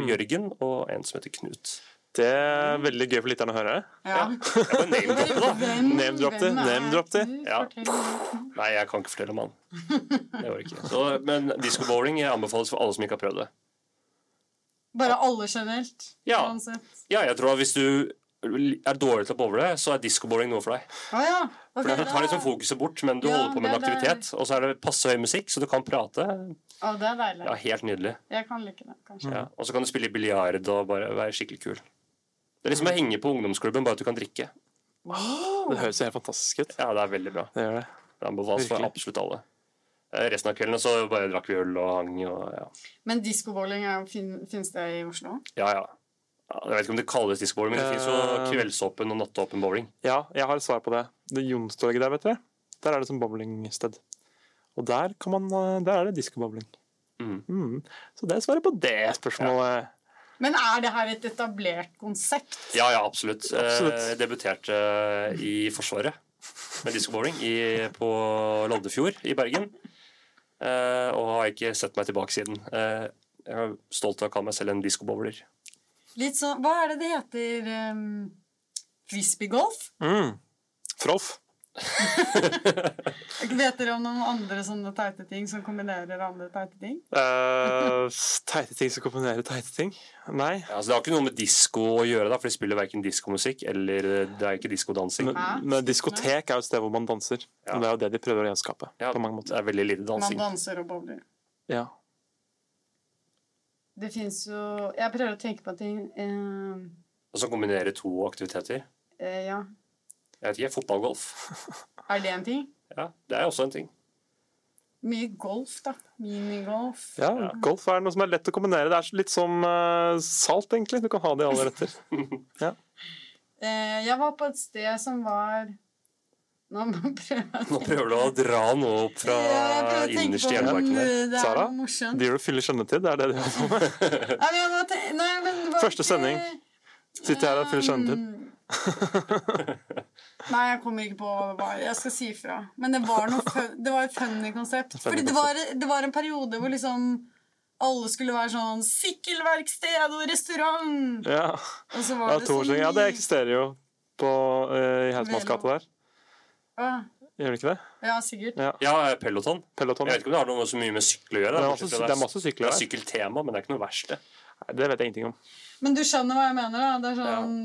Speaker 3: Mm.
Speaker 5: Jørgen og en som heter Knut.
Speaker 4: Det er veldig gøy for lytterne å høre.
Speaker 3: Ja.
Speaker 5: Jeg var name-droppet, da.
Speaker 3: Hvem,
Speaker 4: Name drop det,
Speaker 3: hvem er
Speaker 4: name drop det.
Speaker 3: du?
Speaker 5: Ja.
Speaker 3: Fortell.
Speaker 5: Nei, jeg kan ikke fortelle om han. Det var ikke. Så, men disco bowling anbefales for alle som ikke har prøvd det.
Speaker 3: Bare alle generelt?
Speaker 5: Ja.
Speaker 3: Uansett.
Speaker 5: Ja, jeg tror at hvis du er dårlig til å bowle, så er discobowling noe for deg.
Speaker 3: Å ja.
Speaker 5: For
Speaker 3: ok,
Speaker 5: Det tar liksom
Speaker 3: da-
Speaker 5: fokuset bort, men du
Speaker 3: Ja,
Speaker 5: holder på med en
Speaker 3: det er det.
Speaker 5: aktivitet. Og så er det passe høy musikk, så du kan prate.
Speaker 3: Å, det er deilig.
Speaker 5: Ja, Mm. helt nydelig.
Speaker 3: Jeg kan like det, kanskje.
Speaker 5: Ja.
Speaker 4: Mm.
Speaker 5: Og så kan du spille biljard og bare være skikkelig kul. Det er liksom
Speaker 4: Mm.
Speaker 5: å henge på ungdomsklubben, bare at du kan drikke.
Speaker 4: Det høres jo helt fantastisk ut.
Speaker 5: Ja, det er veldig bra.
Speaker 4: Det gjør det.
Speaker 5: Det anbefales for
Speaker 4: Virkelig.
Speaker 5: absolutt alle. Eh, Resten av kvelden så bare drakk vi øl og hang og ja.
Speaker 3: Men diskobowling er jo fin- finnes det i Oslo?
Speaker 5: Ja, ja. Ja, Jeg vet ikke om det kalles diskbowling, men det fins
Speaker 4: Eh.
Speaker 5: jo kveldsåpen og nattåpen bowling.
Speaker 4: Ja, jeg har et svar på det. Det Jonstorget der, vet dere. Der er det som bowlingsted. Og der, kan man, eh, der er det diskobowling.
Speaker 5: Mm.
Speaker 4: Mm. Så det er svaret på det spørsmålet.
Speaker 3: Men er det her et etablert konsept?
Speaker 5: Ja, ja, absolutt.
Speaker 4: Absolutt.
Speaker 5: Eh, debuterte i Forsvaret med diskobowling i- på Loddefjord i Bergen. eh, og har ikke sett meg tilbake siden. Eh, jeg er stolt av å kalle meg selv en discobowler.
Speaker 3: Litt sånn Hva er det det heter? ehm, Frisbeegolf?
Speaker 4: Mm. Frolf.
Speaker 3: Vet dere om noen andre sånne teite ting som kombinerer andre teite ting?
Speaker 4: Eh, s- teite ting som kombinerer teite ting? Nei.
Speaker 5: Ja, altså, det har ikke noe med disko å gjøre, da, for de spiller verken diskomusikk eller det er ikke diskodansing.
Speaker 4: Men, men diskotek er jo et sted hvor man danser.
Speaker 5: Ja.
Speaker 4: Og det er jo det de prøver å gjenskape.
Speaker 5: Ja,
Speaker 4: på mange måter.
Speaker 5: Det er veldig lite
Speaker 3: Man
Speaker 5: dansing.
Speaker 3: danser og bowler.
Speaker 4: Ja.
Speaker 3: Det fins jo Jeg prøver å tenke på ting ehm,
Speaker 5: Og så kombinere to aktiviteter.
Speaker 3: eh, Ja.
Speaker 5: Jeg vet ikke, fotballgolf.
Speaker 3: Er det en ting?
Speaker 5: Ja, det er også en ting.
Speaker 3: Mye golf, da. Minigolf.
Speaker 4: ja, golf er noe som er lett å kombinere. Det er så- litt som eh, salt, egentlig. Du kan ha det i alle retter.
Speaker 3: Eh, jeg var på et sted som var Nå må jeg prøve å
Speaker 5: Nå prøver du å dra noe opp fra
Speaker 3: Jeg prøver å tenke
Speaker 5: innerst i
Speaker 3: på om,
Speaker 5: hjernebarken der.
Speaker 3: eh, Det er
Speaker 4: Sara?
Speaker 3: noe morsomt.
Speaker 4: Dear og fyller skjønnetid, det er det de har på meg.
Speaker 3: Nei, men jeg må te- nei, men eh, var
Speaker 4: Første
Speaker 3: ikke-
Speaker 4: sending. Sitter her og fyller skjønnetid.
Speaker 3: Um, Nei, jeg kommer ikke på hva det var. Jeg skal si ifra. Men det var, noe fun, det var et funny konsept. Fordi det var, det var en periode hvor liksom alle skulle være sånn sykkelverksted og restaurant.
Speaker 4: Ja,
Speaker 3: Og så
Speaker 4: ja,
Speaker 3: var det
Speaker 4: to år
Speaker 3: sånn
Speaker 4: siden. ja, det eksisterer jo på, eh, i Hausmannsgata der.
Speaker 3: Ah,
Speaker 4: Gjør det ikke det?
Speaker 3: Ja, sikkert.
Speaker 5: Ja, peloton.
Speaker 4: Peloton.
Speaker 5: Jeg vet ikke om det har noe så mye med sykkel å gjøre.
Speaker 4: Det er
Speaker 5: da,
Speaker 4: masse,
Speaker 5: bortsett fra
Speaker 4: det er masse
Speaker 5: det
Speaker 4: sykler
Speaker 5: er
Speaker 4: der.
Speaker 5: sykkeltema, men det er ikke noe verst, det.
Speaker 4: Nei, Det vet jeg ingenting om.
Speaker 3: Men du skjønner hva jeg mener, da. Det er sånn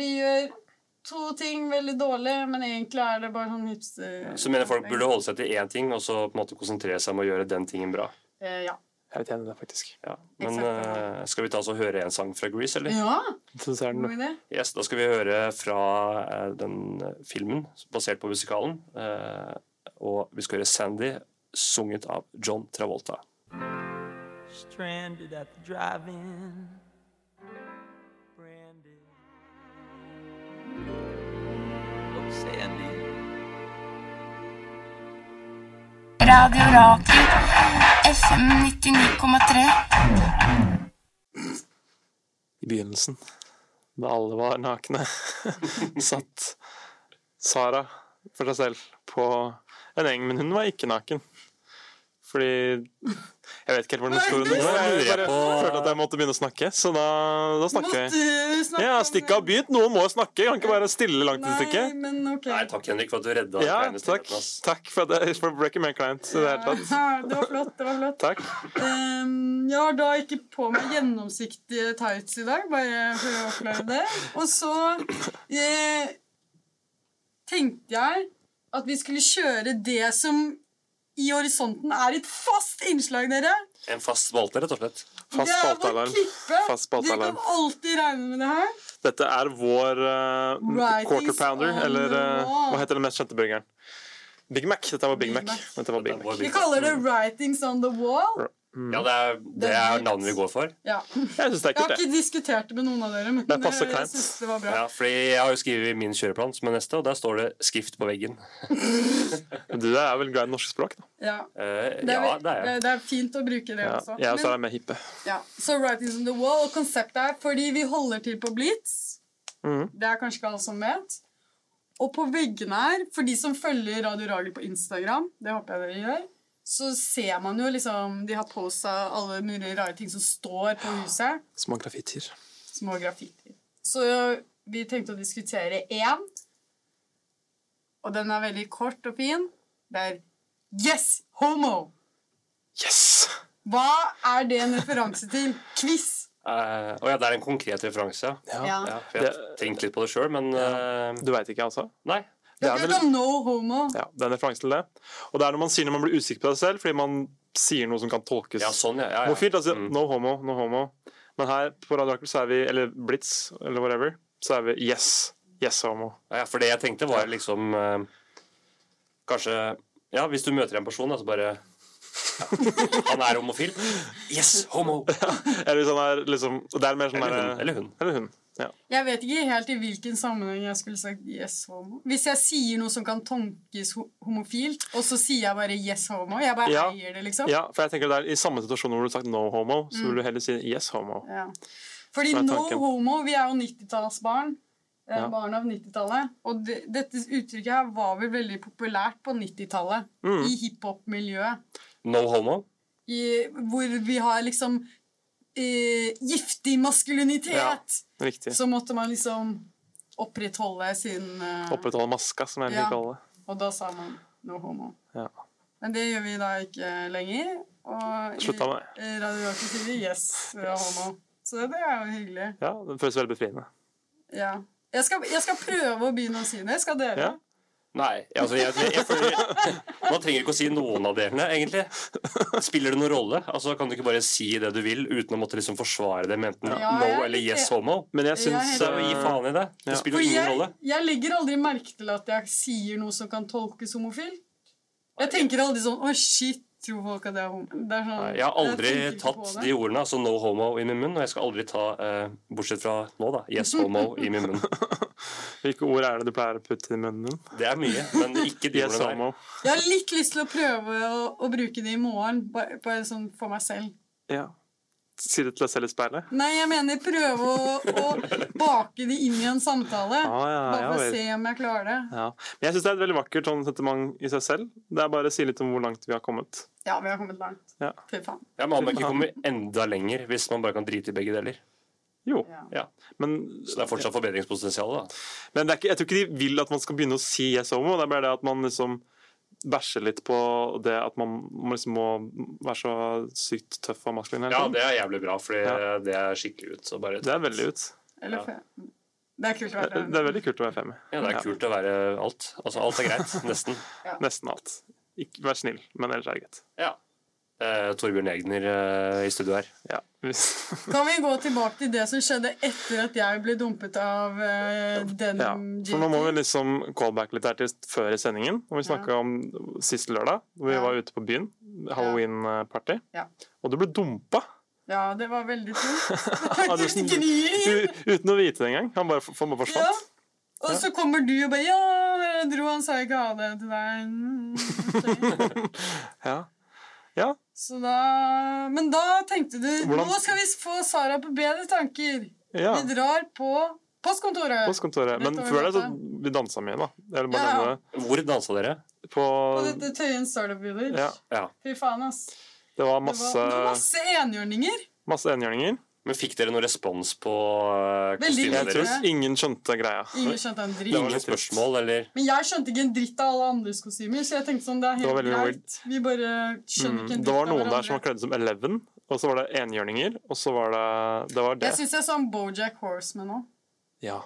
Speaker 3: Vi gjør to ting veldig dårlig, men egentlig er det bare sånn hipster...
Speaker 5: Så mener jeg folk burde holde seg til én ting, og så på en måte konsentrere seg om å gjøre den tingen bra.
Speaker 3: Eh, Ja.
Speaker 4: Jeg er litt enig i det, faktisk.
Speaker 5: Ja. Men
Speaker 3: Exakt.
Speaker 5: eh, skal vi ta oss og høre en sang fra Grease, eller?
Speaker 3: Ja,
Speaker 4: Jeg synes det er den-
Speaker 3: god idé.
Speaker 5: Yes, da skal vi høre fra eh, den filmen basert på musikalen. eh, og vi skal høre 'Sandy', sunget av John Travolta.
Speaker 7: stranded at the drive-in. Branded. Oh, Sandy.
Speaker 8: Radio Rakel, FM 99,3.
Speaker 4: i begynnelsen, da alle var nakne, satt Sara for seg selv på en eng, men hun var ikke naken. Fordi Jeg vet ikke helt hvordan historien
Speaker 3: Nei, du-
Speaker 4: er. Jeg bare
Speaker 5: Jeg på-
Speaker 4: følte at jeg måtte begynne å snakke, så da, da snakker
Speaker 3: Måtte
Speaker 4: jeg.
Speaker 3: du snakke
Speaker 4: Ja,
Speaker 3: om det?
Speaker 4: stikket har begynt. Noen må snakke. Jeg kan ikke bare stille langt et stykke.
Speaker 3: Nei, men ok.
Speaker 5: Nei, takk, Henrik, for at du redda
Speaker 4: Ja,
Speaker 5: den kleine
Speaker 4: takk.
Speaker 5: stillheten. ass.
Speaker 4: Takk for at jeg for breaking my client i det hele tatt.
Speaker 3: Ja, det var flott. det var flott.
Speaker 4: Takk.
Speaker 3: Ehm, jeg har da ikke på meg gjennomsiktige tights i dag, bare for å oppklare det. Og så eh, tenkte jeg at vi skulle kjøre det som i horisonten er et fast innslag, dere.
Speaker 5: En fast spalte, rett og slett.
Speaker 3: det
Speaker 4: Fast
Speaker 3: er vår
Speaker 4: spaltealarm.
Speaker 3: klippe.
Speaker 4: Fast
Speaker 3: Dere
Speaker 4: spaltealarm.
Speaker 3: kan alltid regne med det her.
Speaker 4: Dette er vår eh,
Speaker 3: Writings
Speaker 4: quarter pounder,
Speaker 3: on
Speaker 4: eller
Speaker 3: the
Speaker 4: eh,
Speaker 3: wall.
Speaker 4: hva heter den mest kjente burgeren? Big Mac. Dette var Big,
Speaker 3: Big
Speaker 4: Mac.
Speaker 3: Mac.
Speaker 4: Dette var Big
Speaker 5: Vår
Speaker 4: Mac. Mm.
Speaker 3: Vi
Speaker 5: bit.
Speaker 3: kaller det 'writings on the wall'.
Speaker 5: Ja, det er, det er navnet vi går for.
Speaker 3: Ja.
Speaker 4: Jeg syns det
Speaker 3: Jeg har
Speaker 4: er kult,
Speaker 3: ikke
Speaker 4: det.
Speaker 3: diskutert det med noen av dere, men
Speaker 4: Det passer
Speaker 3: jeg
Speaker 4: kleint.
Speaker 3: synes det var bra.
Speaker 5: Ja, fordi Jeg har jo skrevet min kjøreplan som er neste, og der står det 'skrift på veggen'.
Speaker 4: Du er vel glad i norsk språk, da.
Speaker 3: Ja.
Speaker 5: Eh,
Speaker 3: Det
Speaker 5: ja,
Speaker 3: er,
Speaker 5: det er jeg.
Speaker 3: det, er fint å bruke det
Speaker 4: Ja.
Speaker 3: også.
Speaker 4: Jeg også
Speaker 3: Men-
Speaker 4: er med hippe.
Speaker 3: ja. Så Writings on the Wall og konseptet er fordi vi holder til på Blitz.
Speaker 4: Mhm.
Speaker 3: Det er kanskje ikke alle som vet. Og på veggene her, for de som følger Radio Ragel på Instagram, det håper jeg dere gjør, så ser man jo liksom De har posta alle mulige rare ting som står på huset.
Speaker 4: Små graffitier.
Speaker 3: Små graffiti. Så vi tenkte å diskutere én, og den er veldig kort og fin. Det er Yes, homo!
Speaker 4: Yes!
Speaker 3: Hva er det en referanse til? Quiz!
Speaker 5: Eh, og ja, det er en konkret referanse. ja.
Speaker 4: Ja.
Speaker 5: Ja, for jeg har tenkt litt på det sjøl, men eh,
Speaker 4: Du veit ikke, altså?
Speaker 5: nei.
Speaker 4: Det
Speaker 3: Dere
Speaker 4: er,
Speaker 3: vet
Speaker 4: vel,
Speaker 3: om sånn no homo.
Speaker 4: ja, det er en referanse til det. Og det er når man sier når man blir usikker på seg selv, fordi man sier noe som kan tolkes
Speaker 5: Ja, sånn, ja. ja, ja.
Speaker 4: homofilt. Altså,
Speaker 5: Mm.
Speaker 4: no homo, no homo. Men her på Radio Rakel så er vi, eller Blitz, eller whatever, så er vi yes. Yes, homo.
Speaker 5: Ja, for det jeg tenkte var liksom eh, Kanskje Ja, hvis du møter en person, da, så bare ja, Han er homofil. Yes, homo!
Speaker 4: Eller sånn her, liksom og Det er mer sånn
Speaker 5: Eller
Speaker 4: der-
Speaker 5: hun. Eller hun.
Speaker 4: Eller hun. Ja.
Speaker 3: Jeg vet ikke helt i hvilken sammenheng jeg skulle sagt yes homo. Hvis jeg sier noe som kan tonkes ho- homofilt, og så sier jeg bare yes homo Jeg bare
Speaker 4: Ja.
Speaker 3: eier det, liksom.
Speaker 4: ja, for jeg tenker det er I samme situasjon hvor du har sagt no homo,
Speaker 3: Mm.
Speaker 4: så vil du heller si yes homo.
Speaker 3: Ja. Fordi
Speaker 4: Hva Sånn er
Speaker 3: no
Speaker 4: tanken?
Speaker 3: homo, vi er jo 90-tallsbarn. eh,
Speaker 4: Ja.
Speaker 3: barn av 90-tallet. Og det, dette uttrykket her var vel veldig populært på 90-tallet
Speaker 4: Mm.
Speaker 3: i hiphop-miljøet.
Speaker 5: No homo.
Speaker 3: i- Hvor vi har liksom eh, giftig maskulinitet!
Speaker 4: Ja. Riktig.
Speaker 3: Så måtte man liksom opprettholde sin eh,
Speaker 4: Opprettholde maska, som jeg
Speaker 3: Ja.
Speaker 4: liker å kalle det.
Speaker 3: Og da sa man no homo.
Speaker 4: Ja.
Speaker 3: Men det gjør vi da ikke lenger. Og i-
Speaker 4: Slutta med det.
Speaker 3: i Radio Rocky sier vi yes, vi er homo. Så det er jo hyggelig.
Speaker 4: Ja, det føles veldig befriende.
Speaker 3: Ja. Jeg skal, jeg skal prøve å begynne å si det. Skal dere?
Speaker 4: Ja.
Speaker 5: Nei, altså jeg, jeg, jeg føler Man trenger ikke å si noen av delene, egentlig. Spiller det noen rolle? Altså Kan du ikke bare si det du vil uten å måtte liksom forsvare det med enten
Speaker 3: Ja,
Speaker 5: no
Speaker 3: jeg er
Speaker 5: eller
Speaker 3: litt
Speaker 5: yes
Speaker 3: enig.
Speaker 5: homo?
Speaker 4: Men jeg
Speaker 3: Jeg er
Speaker 4: syns eh,
Speaker 3: helt
Speaker 5: Så gi faen i det.
Speaker 4: Ja.
Speaker 5: Det spiller
Speaker 3: For
Speaker 5: jo ingen
Speaker 3: jeg,
Speaker 5: rolle.
Speaker 3: jeg legger aldri merke til at jeg sier noe som kan tolkes homofil. Jeg tenker aldri sånn Å, shit, tror folk at jeg er homo? Det er sånn,
Speaker 5: Nei, Jeg har aldri
Speaker 3: tenker ikke
Speaker 5: tatt
Speaker 3: på det.
Speaker 5: de ordene, altså no homo, i min munn. Og jeg skal aldri ta, eh, bortsett fra nå, da, yes homo i min munn.
Speaker 4: Hvilke ord er det du pleier å putte i munnen din?
Speaker 5: Det er mye, men ikke de
Speaker 4: Yes,
Speaker 5: ordene der.
Speaker 4: homo.
Speaker 3: Jeg har litt lyst til å prøve å, å bruke det i morgen, bare, bare sånn for meg selv.
Speaker 4: Ja. Si det til deg selv i speilet.
Speaker 3: Nei, jeg mener prøve å, å bake det inn i en samtale.
Speaker 4: Ah, ja,
Speaker 3: Bare
Speaker 4: ja
Speaker 3: for å
Speaker 4: vel.
Speaker 3: se om jeg klarer det.
Speaker 4: Ja. Men jeg syns det er et veldig vakkert sånn sentiment i seg selv. Det er bare å si litt om hvor langt vi har kommet.
Speaker 3: Ja, vi har kommet langt.
Speaker 4: Ja.
Speaker 3: Fy faen.
Speaker 5: Ja, Man må ikke komme enda lenger hvis man bare kan drite i begge deler.
Speaker 4: Jo,
Speaker 3: Ja.
Speaker 5: Ja,
Speaker 4: men,
Speaker 5: Så det er fortsatt forbedringspotensial, da.
Speaker 4: men det er ikke, jeg tror ikke de vil at man skal begynne å si yes homo. Det er bare det at man liksom bæsjer litt på det at man må liksom må være så sykt tøff og maskulin. hele
Speaker 5: Ja,
Speaker 4: tiden.
Speaker 5: det er jævlig bra, for
Speaker 4: Ja.
Speaker 5: det er skikkelig ut. Så bare
Speaker 4: det er veldig ut.
Speaker 3: Eller
Speaker 5: Ja.
Speaker 3: fe- Det er kult å
Speaker 4: Det
Speaker 3: være
Speaker 4: det er veldig kult å være femi.
Speaker 5: Ja, det er kult å være alt. Altså, alt er greit, nesten.
Speaker 4: Nesten alt. Ikke, vær snill, men ellers er det greit.
Speaker 5: Ja. Eh, Torbjørn Egner eh, i studio her.
Speaker 4: Ja. Hvis,
Speaker 3: Kan vi gå tilbake til det som skjedde etter at jeg ble dumpet av uh, denim
Speaker 4: ja. For nå må vi liksom callback litt her til før i sendingen. Og vi snakka om sist lørdag, hvor vi
Speaker 3: Ja.
Speaker 4: var ute på byen. Halloween-party.
Speaker 3: Ja.
Speaker 4: Og du ble dumpa.
Speaker 3: Ja, det var veldig tungt.
Speaker 4: Ja, du-
Speaker 3: Du gnir!
Speaker 4: U uten å vite det engang. Han bare, f- han bare
Speaker 3: Ja.
Speaker 4: forsvant.
Speaker 3: Og så kommer du og bare 'Ja, jeg dro, han sa ikke ha det til deg'. Mm, ok.
Speaker 4: Ja.
Speaker 3: Så da Men da tenkte du
Speaker 4: Hvordan-
Speaker 3: Nå skal vi få Sara på bedre tanker.
Speaker 4: ja.
Speaker 3: Vi drar på postkontoret.
Speaker 4: Postkontoret. Men
Speaker 3: Rett over
Speaker 4: før det så
Speaker 3: gata.
Speaker 4: vi dansa mye, da. Jeg vil bare
Speaker 3: Ja, ja.
Speaker 4: nevne det.
Speaker 5: Hvor dansa dere?
Speaker 4: På
Speaker 3: På dette Tøyen Startup Village.
Speaker 4: Ja.
Speaker 5: Ja.
Speaker 3: Fy faen, ass.
Speaker 4: Det var
Speaker 3: Det
Speaker 4: masse,
Speaker 3: var, det var masse enhjørninger.
Speaker 4: masse enhjørninger.
Speaker 5: Men fikk dere noen respons på eh,
Speaker 3: Veldig
Speaker 5: kostymene
Speaker 4: Jeg
Speaker 3: lite.
Speaker 5: deres?
Speaker 4: tror ingen skjønte greia.
Speaker 3: Ingen skjønte en
Speaker 5: Det
Speaker 3: dritt.
Speaker 5: var noen
Speaker 4: litt trist.
Speaker 5: spørsmål, eller?
Speaker 3: Men jeg skjønte ikke en dritt av alle andres kostymer, så jeg tenkte sånn, det er
Speaker 4: Det var
Speaker 3: helt
Speaker 4: veldig
Speaker 3: greit. Vi bare skjønner
Speaker 4: Mm.
Speaker 3: ikke en dritt
Speaker 4: Det var
Speaker 3: av
Speaker 4: noen
Speaker 3: hverandre.
Speaker 4: der som var kledd som Eleven, og så var det enhjørninger, og så var det Det var det.
Speaker 3: Jeg syns jeg så en Bojack Horseman nå.
Speaker 4: Ja.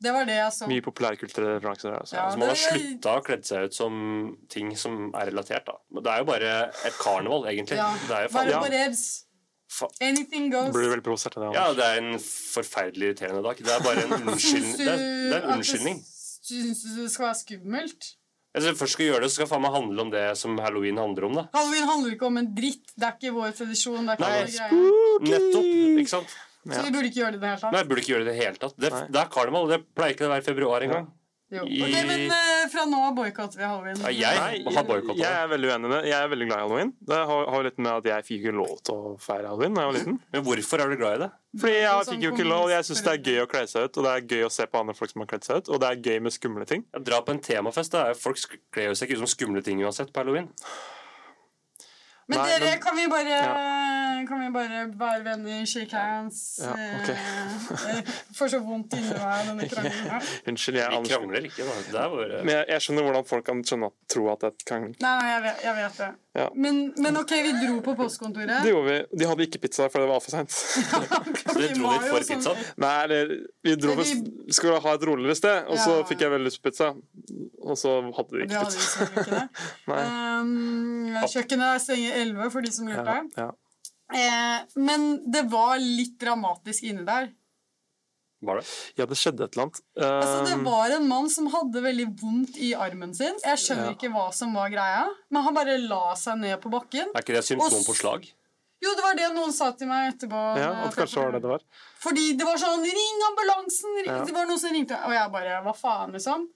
Speaker 3: Det var det jeg så.
Speaker 4: Mye populærkulturelle referanser der, altså.
Speaker 3: Ja,
Speaker 5: Altså, man har
Speaker 3: det er-
Speaker 5: slutta å kle seg ut som ting som er relatert, da. Men Det er jo bare et karneval, egentlig.
Speaker 3: Ja.
Speaker 5: Det er jo faen
Speaker 3: Bare
Speaker 4: Ja.
Speaker 3: whatevs.
Speaker 5: Fa-
Speaker 3: Anything
Speaker 4: Blir
Speaker 3: goes.
Speaker 4: veldig provosert av det.
Speaker 5: Ja,
Speaker 4: Anders.
Speaker 5: det er en forferdelig irriterende dag. Det er bare en unnskyldning. Det er, det er en unnskyldning.
Speaker 3: Syns du det skal være skummelt?
Speaker 5: Altså, først skal jeg gjøre det, så skal faen meg handle om det som halloween handler om, da.
Speaker 3: Halloween handler ikke om en dritt. Det er ikke vår tradisjon. Det er ikke
Speaker 5: Nei.
Speaker 3: vår greie.
Speaker 5: Nettopp, ikke sant?
Speaker 3: Så vi burde ikke gjøre det i det hele tatt.
Speaker 5: Nei, jeg burde ikke gjøre det i det hele tatt. Det,
Speaker 4: Nei.
Speaker 5: det er karneval, og det pleier ikke å være i februar engang.
Speaker 3: Jo.
Speaker 5: I-
Speaker 3: Ok, men eh, fra nå av boikotter vi halloween.
Speaker 5: Nei, jeg
Speaker 4: Nei,
Speaker 5: har boikotta
Speaker 4: Jeg
Speaker 5: det.
Speaker 4: er veldig uenig i det. Jeg er veldig glad i halloween. Det har, har litt med at jeg fikk ikke lov til å feire halloween da jeg var liten.
Speaker 5: Men hvorfor er du glad i det?
Speaker 4: Fordi jeg
Speaker 3: Sånn
Speaker 4: fikk jo ikke lov. Jeg syns det er
Speaker 3: kommunist-
Speaker 4: gøy å kle seg ut, og det er gøy å se på andre folk som har kledd seg ut, og det er gøy med skumle ting.
Speaker 5: Jeg drar på en temafest. Da. er jo- Folk sk- kler jo seg ikke ut som skumle ting uansett på halloween.
Speaker 3: Men
Speaker 4: Nei,
Speaker 3: dere,
Speaker 4: men-
Speaker 3: kan vi bare Kan vi bare være venner, shake hands
Speaker 4: Ja, ok.
Speaker 3: eh, eh, Får så vondt inni meg, denne krangelen her.
Speaker 4: Unnskyld, jeg
Speaker 5: Vi
Speaker 4: Anders.
Speaker 5: krangler ikke, da. Det er bare
Speaker 4: Men jeg, jeg skjønner hvordan folk kan skjønne at, tro at jeg kan
Speaker 3: Nei, nei, jeg vet, jeg vet det.
Speaker 4: Ja.
Speaker 3: Men, men ok, vi dro på postkontoret.
Speaker 4: Det gjorde vi. De hadde ikke pizza, for det var altfor seint.
Speaker 5: Så dere dro
Speaker 3: var
Speaker 5: dit
Speaker 3: jo
Speaker 5: for
Speaker 3: sånn-
Speaker 5: pizzaen?
Speaker 4: Nei, eller Vi dro for
Speaker 3: Vi-
Speaker 4: skulle ha et roligere sted, og så
Speaker 3: Ja.
Speaker 4: fikk jeg veldig lyst på pizza. Og så hadde de
Speaker 3: Vi
Speaker 4: ikke
Speaker 3: hadde Eh,
Speaker 4: pizza.
Speaker 3: selvfølgelig ikke det. Um, kjøkkenet stenger 11 for de som lurte.
Speaker 4: Ja, ja.
Speaker 3: Eh, men det var litt dramatisk inni der.
Speaker 5: Var det?
Speaker 4: ja, det skjedde et eller annet.
Speaker 3: Altså, det
Speaker 4: Um,
Speaker 3: var en mann som hadde veldig vondt i armen sin. Jeg skjønner
Speaker 4: Ja.
Speaker 3: ikke hva som var greia, men han bare la seg ned på bakken.
Speaker 5: Er ikke det symptom på slag?
Speaker 3: Jo, det var det noen sa til meg etterpå. Eh,
Speaker 4: ja, at kanskje var det det var.
Speaker 3: Fordi det var sånn 'ring ambulansen', ring.
Speaker 4: Ja.
Speaker 3: det var noen som ringte. Og jeg bare 'hva faen', liksom.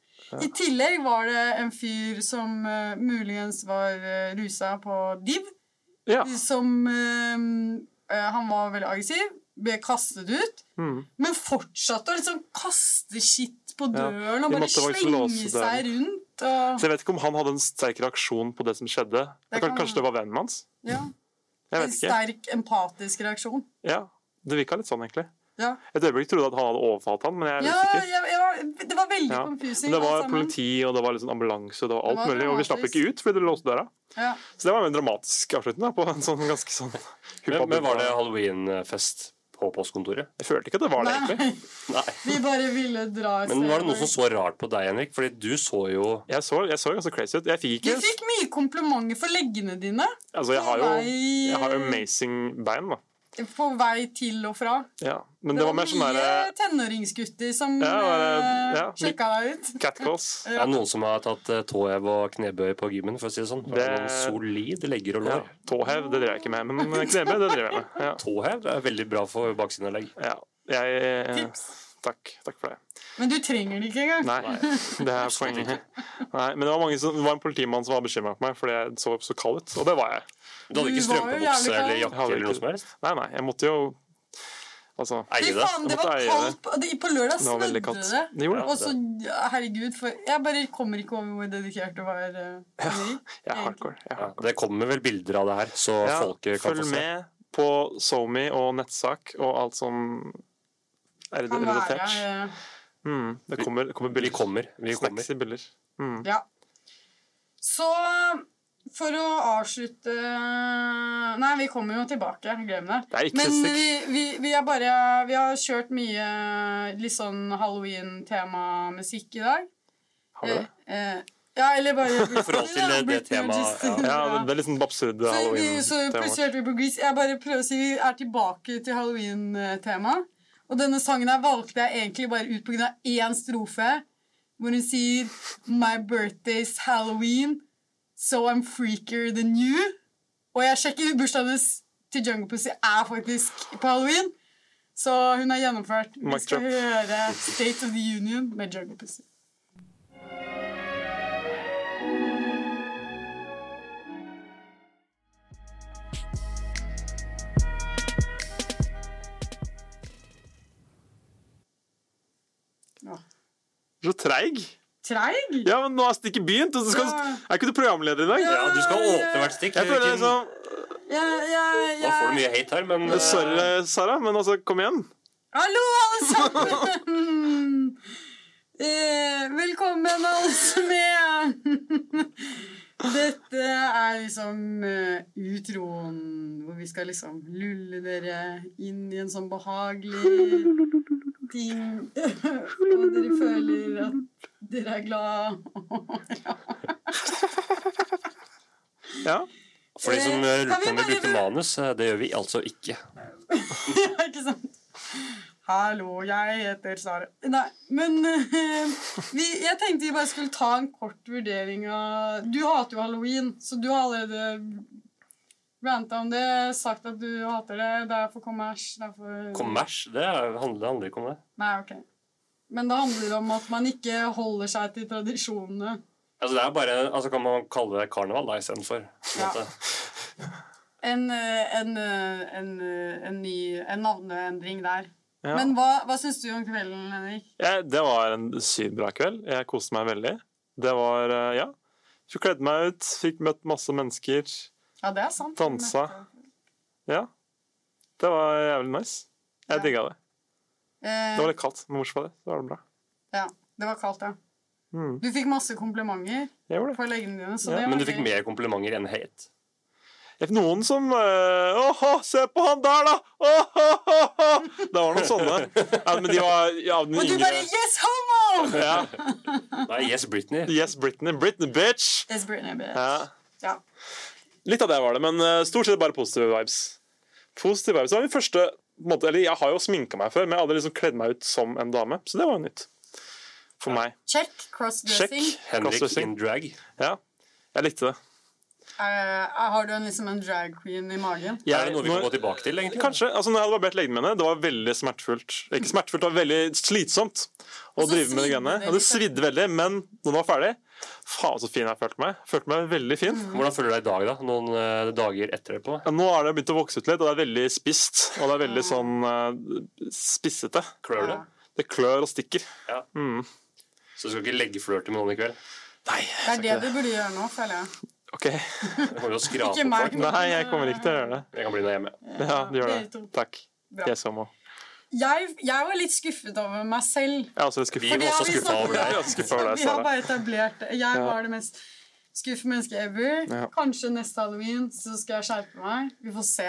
Speaker 3: I tillegg var det en fyr som eh, muligens var eh, rusa på div,
Speaker 4: Ja.
Speaker 3: Mm. som eh, eh, Han var veldig aggressiv. ble kastet ut,
Speaker 4: Mm.
Speaker 3: men fortsatte å liksom kaste skitt på døren og
Speaker 4: de
Speaker 3: bare
Speaker 4: måtte faktisk
Speaker 3: slenge
Speaker 4: låse
Speaker 3: seg rundt. Og,
Speaker 4: Så jeg vet ikke om han hadde en sterk reaksjon på det som skjedde.
Speaker 3: Det
Speaker 4: Det
Speaker 3: kan
Speaker 4: kan, kanskje det var vennen hans?
Speaker 3: ja,
Speaker 4: Jeg
Speaker 3: en
Speaker 4: vet ikke.
Speaker 3: sterk empatisk reaksjon.
Speaker 4: Ja, Det virka litt sånn, egentlig.
Speaker 3: Ja,
Speaker 4: Et øyeblikk trodde jeg at han hadde overfalt han, men jeg er
Speaker 3: ja
Speaker 4: litt sikker.
Speaker 3: jeg, jeg var, det var veldig
Speaker 4: Ja.
Speaker 3: confusing. altså,
Speaker 4: Men det
Speaker 3: alt
Speaker 4: var
Speaker 3: sammen.
Speaker 4: politi, og det var liksom ambulanse, og det var
Speaker 3: Det
Speaker 4: alt
Speaker 3: var
Speaker 4: mulig. Og vi slapp
Speaker 3: dramatisk.
Speaker 4: ikke ut fordi det låste døra.
Speaker 3: Ja.
Speaker 4: Så det var jo en dramatisk avslutning da, på en sånn ganske sånn
Speaker 5: Men, men var det halloweenfest på postkontoret?
Speaker 4: Jeg følte ikke at det var det, egentlig.
Speaker 3: Nei,
Speaker 5: Nei.
Speaker 3: vi bare ville dra
Speaker 4: Altså,
Speaker 3: et
Speaker 5: Men var det noen som så
Speaker 3: hvor-
Speaker 5: rart på deg, Henrik? Fordi du så jo
Speaker 4: Jeg så, jeg så ganske crazy ut. Jeg fikk
Speaker 3: Du
Speaker 4: ikke
Speaker 3: fikk mye komplimenter for leggene dine
Speaker 4: Altså, jeg har jo
Speaker 3: Nei.
Speaker 4: jeg har jo amazing bein, da.
Speaker 3: på vei til og fra.
Speaker 4: Ja. Men det var mer sånn derre
Speaker 3: mye tenåringsgutter som
Speaker 4: Ja, det var-
Speaker 3: eh,
Speaker 4: ja,
Speaker 3: sjekka deg ut.
Speaker 4: catcalls.
Speaker 5: Det er noen som har tatt eh, tåhev og knebøy på gymmen, for å si det sånn. Det er
Speaker 4: Det-
Speaker 5: noen solid legger og
Speaker 4: Ja.
Speaker 5: lår.
Speaker 4: Tåhev, det drev jeg ikke med, men knebøy, det drev jeg med. Ja.
Speaker 5: Tåhev er veldig bra for baksideanlegg.
Speaker 4: Ja, jeg eh,
Speaker 3: Tips.
Speaker 4: Takk, takk for det.
Speaker 3: Men du trenger det ikke engang.
Speaker 4: Nei, det er poenget. Nei, men det var, mange som, det var en politimann som var bekymra for meg fordi jeg så så kald ut. Og det var jeg.
Speaker 5: Du hadde
Speaker 3: Du
Speaker 5: ikke
Speaker 3: var jo jævlig
Speaker 5: strømpebukse
Speaker 3: kald.
Speaker 5: eller
Speaker 4: Jeg
Speaker 5: jakke
Speaker 4: hadde
Speaker 5: eller
Speaker 4: ikke-
Speaker 5: noe som helst?
Speaker 4: Nei, nei, jeg måtte jo Altså
Speaker 5: Eie
Speaker 3: Fy
Speaker 5: det.
Speaker 3: faen, det
Speaker 4: Jeg måtte
Speaker 3: var
Speaker 4: eie
Speaker 3: kaldt på, det- på lørdag.
Speaker 4: Det var
Speaker 3: Snødde
Speaker 4: veldig kaldt.
Speaker 3: det.
Speaker 4: Det gjorde
Speaker 3: Og
Speaker 4: det.
Speaker 3: så, ja, herregud, for jeg bare kommer ikke over hvor dedikert du var. eh, Henrik.
Speaker 4: Jeg er hardcore. Jeg er
Speaker 5: Ja,
Speaker 4: hardcore.
Speaker 5: det kommer vel bilder av det her, så
Speaker 4: Ja,
Speaker 5: folket kan
Speaker 4: følg
Speaker 5: få se.
Speaker 4: med på SoMe og nettsak og alt som er
Speaker 3: Kan være
Speaker 4: relatert.
Speaker 3: eh,
Speaker 4: Mm, det kommer, det kommer
Speaker 5: Vi
Speaker 4: bilder.
Speaker 5: kommer. Vi kommer.
Speaker 4: Snacks i biller. Mm.
Speaker 3: Ja. Så for å avslutte Nei, vi kommer jo tilbake. Glem det.
Speaker 4: Det er ikke
Speaker 3: Men
Speaker 4: stikk.
Speaker 3: vi, vi, vi, er bare, vi har kjørt mye litt sånn halloween-tema-musikk i dag.
Speaker 4: Har vi det?
Speaker 3: Eh, eh, ja, eller bare
Speaker 5: forhold til det- det temaet, ja.
Speaker 4: Ja, det, det er litt sånn absurd
Speaker 3: eh, Så, vi, så plutselig
Speaker 4: halloween-tema.
Speaker 3: hørte vi på Grease. Jeg bare prøver å si vi er tilbake til halloween-temaet. Og denne sangen her valgte jeg egentlig bare ut på grunn av én strofe, hvor hun sier My birthday's Halloween, so I'm freaker than you. Og jeg sjekker bursdagen hennes til Jungle Pussy er faktisk på halloween. Så hun er gjennomført. Vi
Speaker 4: Mic
Speaker 3: skal
Speaker 4: drop.
Speaker 3: høre State of the Union med Jungle Pussy.
Speaker 4: Så treig!
Speaker 3: Treig?
Speaker 4: Ja, men nå har stikket begynt, og så skal
Speaker 3: Ja.
Speaker 4: Er ikke du programleder i dag?
Speaker 5: Ja, du skal åpne hvert stikk.
Speaker 4: Jeg føler
Speaker 5: Hvilken-
Speaker 4: liksom
Speaker 3: Jeg- jeg-
Speaker 5: Nå får du
Speaker 3: jeg-
Speaker 5: mye hate her, men eh,
Speaker 4: Sorry, Sara, men altså, kom igjen.
Speaker 3: Hallo, alle sammen! Eh, velkommen, alle som er Dette er liksom eh, utroen, hvor vi skal liksom lulle dere inn i en sånn behagelig ting. Og dere føler at dere er glad.
Speaker 4: Ja.
Speaker 5: for de som eh, lurer
Speaker 3: Kan vi
Speaker 5: på om vi
Speaker 3: bare-
Speaker 5: brukte manus, eh, det gjør vi altså ikke.
Speaker 3: Ja, ikke sant? Hallo, jeg heter Sara. Nei, men eh, vi, jeg tenkte vi bare skulle ta en kort vurdering av Du hater jo halloween, så du har allerede ranta om det, sagt at du hater det. Det er for kommers. Det er for
Speaker 5: Kommers, det er- handler, det handler ikke om det.
Speaker 3: Nei, ok. Men det handler om at man ikke holder seg til tradisjonene.
Speaker 5: Altså, det er bare, altså Kan man kalle det karneval da istedenfor? på en
Speaker 3: Ja.
Speaker 5: måte.
Speaker 3: En, eh, en, eh, en, eh, en ny en navneendring der.
Speaker 4: Ja.
Speaker 3: Men hva, hva syns du om kvelden, Henrik?
Speaker 4: Jeg, det var en sykt bra kveld. Jeg koste meg veldig. Det var eh, Ja. Fikk kledd meg ut, fikk møtt masse mennesker.
Speaker 3: Ja, det er sant.
Speaker 4: Dansa. Ja. Det var jævlig nice.
Speaker 3: Ja.
Speaker 4: Jeg digga det.
Speaker 3: Eh,
Speaker 4: Det var litt kaldt, men bortsett fra det, så var det bra.
Speaker 3: Ja, det var kaldt, ja.
Speaker 4: Mm.
Speaker 3: Du fikk masse komplimenter
Speaker 4: Jeg gjorde det.
Speaker 3: på leggene dine. Så
Speaker 4: Ja,
Speaker 3: det var
Speaker 5: Men du fikk
Speaker 3: gøy.
Speaker 5: mer komplimenter enn hate.
Speaker 4: Jeg fikk Noen som eh, Åh, se på han der, da! Åh, åh, åh, åh! Det var noen sånne. Ja, men de var ja, den
Speaker 3: Og du
Speaker 4: yngre
Speaker 3: bare 'Yes, homo!'
Speaker 4: ja.
Speaker 5: Nei, Yes, Britney.
Speaker 4: Yes, Britney. Britney, bitch!
Speaker 3: Yes, Britney, bitch.
Speaker 4: Ja.
Speaker 3: Ja.
Speaker 4: Litt av det var det, men eh, stort sett bare positive vibes. Positive vibes. Det var min første på en måte, eller Jeg har jo sminka meg før, men jeg hadde liksom kledd meg ut som en dame. Så det var jo nytt. For meg.
Speaker 3: Check
Speaker 4: Sjekk.
Speaker 3: crossdressing.
Speaker 5: Henrik
Speaker 4: Crossdressing.
Speaker 5: in drag.
Speaker 4: Ja. Jeg likte det.
Speaker 3: Eh, har du en, liksom en drag queen i magen?
Speaker 4: Jeg,
Speaker 5: Er det noe vi kan
Speaker 4: når-
Speaker 5: gå tilbake til, egentlig?
Speaker 4: Kanskje. altså Når jeg hadde barbert leggene mine, det var veldig smertefullt. Ikke smertefullt, det var veldig slitsomt å
Speaker 3: Og så
Speaker 4: drive med de
Speaker 3: svidde
Speaker 4: greiene.
Speaker 3: det
Speaker 4: Ja, det
Speaker 3: litt.
Speaker 4: svidde veldig, men når det var ferdig, Faen, så fin jeg følte meg. Følte meg veldig fin.
Speaker 5: Hvordan føler du deg i dag, da? Noen eh, dager etter det på?
Speaker 4: Ja, nå er det begynt å vokse ut litt, og det er veldig spisst. Og det er veldig sånn eh, spissete.
Speaker 5: Klør det?
Speaker 4: Det klør og stikker.
Speaker 5: Ja.
Speaker 4: Mm.
Speaker 5: Så du skal ikke leggflørte med noen i kveld?
Speaker 4: Nei,
Speaker 3: Det er det du burde gjøre nå, føler jeg.
Speaker 4: OK.
Speaker 5: Jeg kommer til å skrape
Speaker 3: Ikke
Speaker 5: opp
Speaker 3: meg.
Speaker 5: folk.
Speaker 4: Nei, jeg kommer ikke til å gjøre det.
Speaker 5: Jeg kan bli der hjemme.
Speaker 4: Ja, du gjør
Speaker 3: dere
Speaker 4: det.
Speaker 3: to.
Speaker 4: Takk.
Speaker 3: Bra.
Speaker 4: Jeg så må.
Speaker 3: Jeg, jeg var litt skuffet over meg selv.
Speaker 4: Jeg er også litt skuffet.
Speaker 5: Vi
Speaker 3: Fordi
Speaker 5: var
Speaker 3: jeg
Speaker 5: også
Speaker 3: vil
Speaker 5: skuffa
Speaker 3: snakke-
Speaker 5: over
Speaker 4: Jeg er
Speaker 5: deg.
Speaker 4: også skuffet over deg,
Speaker 3: Vi har
Speaker 4: Sara.
Speaker 3: bare etablert det. Jeg var det mest skuffede mennesket ever.
Speaker 4: Ja.
Speaker 3: Kanskje neste halloween så skal jeg skjerpe meg. Vi får se.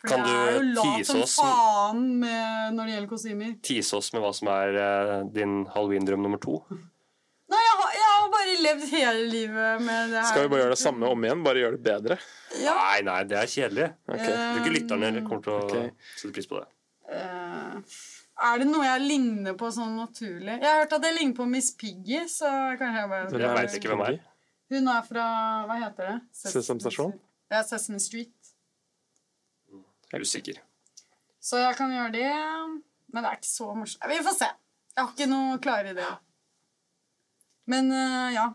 Speaker 3: For
Speaker 5: Kan
Speaker 3: jeg er jo
Speaker 5: du
Speaker 3: lat
Speaker 5: tease
Speaker 3: som
Speaker 5: oss?
Speaker 3: faen med, når det gjelder kostymer.
Speaker 5: Tise oss med hva som er eh, din halloween-drøm nummer to.
Speaker 3: Nei, jeg har, jeg har bare levd hele livet med det her.
Speaker 4: Skal vi bare gjøre det samme om igjen? Bare gjøre det bedre?
Speaker 3: Ja.
Speaker 5: Nei, nei, det er kjedelig.
Speaker 4: Ok.
Speaker 5: Jeg
Speaker 3: Mm.
Speaker 5: tror ikke lytterne kommer til å
Speaker 4: Ok.
Speaker 5: sette pris på det.
Speaker 3: Eh, er det noe jeg ligner på sånn naturlig? Jeg har hørt at jeg ligner på Miss Piggy, så kanskje jeg bare
Speaker 5: Jeg vet ikke hvem er.
Speaker 3: Hun er fra Hva heter det?
Speaker 4: Sesame Station?
Speaker 3: Ja, Sesame Street.
Speaker 5: Jeg er usikker.
Speaker 3: Så jeg kan gjøre det. Men det er ikke så morsomt. Vi får se. Jeg har ikke noe klare ideer. Men eh, ja.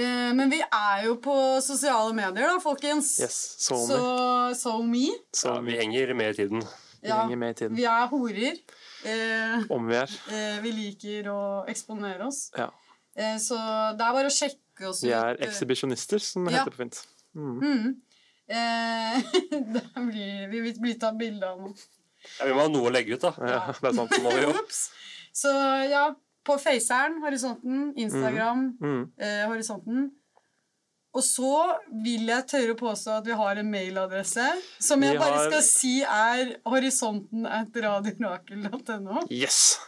Speaker 3: Eh, men vi er jo på sosiale medier, da, folkens.
Speaker 4: Yes. Så
Speaker 3: så,
Speaker 4: med.
Speaker 3: so me.
Speaker 4: Så
Speaker 5: Ja, vi henger med i tiden.
Speaker 3: Ja,
Speaker 4: henger med i tiden.
Speaker 3: vi er horer. Eh,
Speaker 4: Om vi er.
Speaker 3: eh, vi liker å eksponere oss.
Speaker 4: Ja.
Speaker 3: Eh, så det er bare å sjekke oss
Speaker 4: Vi er
Speaker 3: ut.
Speaker 4: ekshibisjonister, som det
Speaker 3: Ja.
Speaker 4: heter på fint.
Speaker 3: Mm. Eh, da blir, vi vil bli tatt bilde av nå.
Speaker 5: Ja, vi må ha noe å legge ut, da.
Speaker 4: Ja, det er sant.
Speaker 5: Så må vi jo.
Speaker 3: Ops. Så ja, på Faceren, Horisonten, Instagram,
Speaker 4: Mm.
Speaker 3: eh, Horisonten. Og så vil jeg tørre å påstå at vi har en mailadresse som jeg
Speaker 4: Vi
Speaker 3: bare
Speaker 4: har-
Speaker 3: skal si er horisonten at radiorakel.no.
Speaker 4: Yes!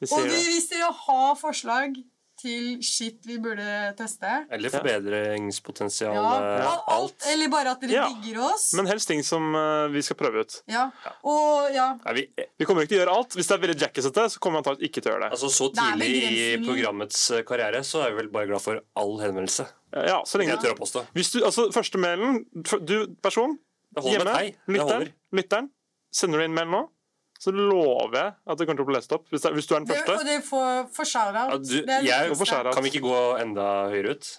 Speaker 4: Vi
Speaker 3: Og
Speaker 4: sier
Speaker 3: vi,
Speaker 4: det.
Speaker 3: hvis dere har forslag til shit vi burde teste
Speaker 5: Eller
Speaker 4: Ja.
Speaker 5: forbedringspotensial.
Speaker 3: ja,
Speaker 5: eh,
Speaker 3: al- alt. Eller bare at dere
Speaker 4: Ja.
Speaker 3: digger oss.
Speaker 4: Men helst ting som eh, vi skal prøve ut.
Speaker 3: Ja. Og ja,
Speaker 5: Er vi,
Speaker 4: Vi kommer ikke til å gjøre alt. Hvis det er veldig jackassete, så kommer vi antakelig ikke til å gjøre det.
Speaker 5: altså, så
Speaker 3: Det er
Speaker 5: tidlig i
Speaker 3: begrensninger.
Speaker 5: programmets eh, karriere så er vi vel bare glad for all henvendelse.
Speaker 4: Ja, så lenge
Speaker 5: Jeg tør å påstå.
Speaker 4: Hvis du, altså, Første mailen f- Du, person,
Speaker 5: Det holder med
Speaker 4: hjemme,
Speaker 5: et hei. Det
Speaker 4: lytteren,
Speaker 5: holder.
Speaker 4: lytteren Sender du inn mail nå, så lover jeg at det kommer til å bli lest opp. Hvis, det, hvis du er den
Speaker 3: det, og
Speaker 4: første.
Speaker 3: dere får, får shout-out.
Speaker 5: Ja, du-
Speaker 3: Det er det
Speaker 5: jeg-
Speaker 4: Hvorfor
Speaker 3: viktigste.
Speaker 4: skjære
Speaker 5: Kan vi ikke gå enda høyere ut?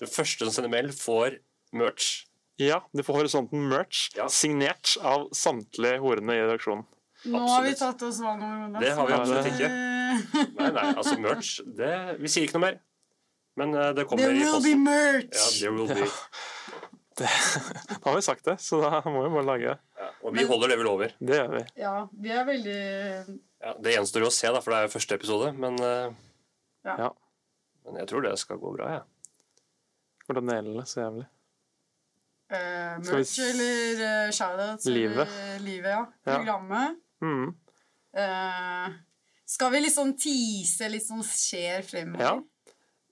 Speaker 5: Den første som sender mail, får merch.
Speaker 4: Ja, Du får Horisonten merch,
Speaker 5: Ja.
Speaker 4: signert av samtlige horene i redaksjonen.
Speaker 3: Nå har vi
Speaker 5: Absolutt.
Speaker 3: tatt oss vann over hodet.
Speaker 5: Det har vi
Speaker 4: Ja,
Speaker 5: absolutt
Speaker 4: det-
Speaker 5: ikke. Nei, nei, altså merch det, Vi sier ikke noe mer. Men eh, det kommer
Speaker 3: There
Speaker 5: i
Speaker 3: will be
Speaker 5: posten.
Speaker 3: merch!
Speaker 5: Ja, there will be.
Speaker 4: Da har vi sagt det, så da må vi bare lage det.
Speaker 5: Ja, og vi holder det vi lover.
Speaker 4: Det gjør vi.
Speaker 3: Ja, vi er veldig
Speaker 5: Ja, det gjenstår jo å se, da, for det er jo første episode. Men, eh,
Speaker 3: Ja.
Speaker 4: Ja.
Speaker 5: men jeg tror det skal gå bra. Ja.
Speaker 4: Hvordan nailer det så jævlig.
Speaker 3: eh,
Speaker 4: Skal vi
Speaker 3: merch
Speaker 4: s-
Speaker 3: eller eh, shoutouts.
Speaker 4: Livet.
Speaker 3: Eller, livet, ja.
Speaker 4: Ja.
Speaker 3: Programmet.
Speaker 4: Mm.
Speaker 3: Eh, skal vi liksom tease litt sånn skjer fremover?
Speaker 4: Ja.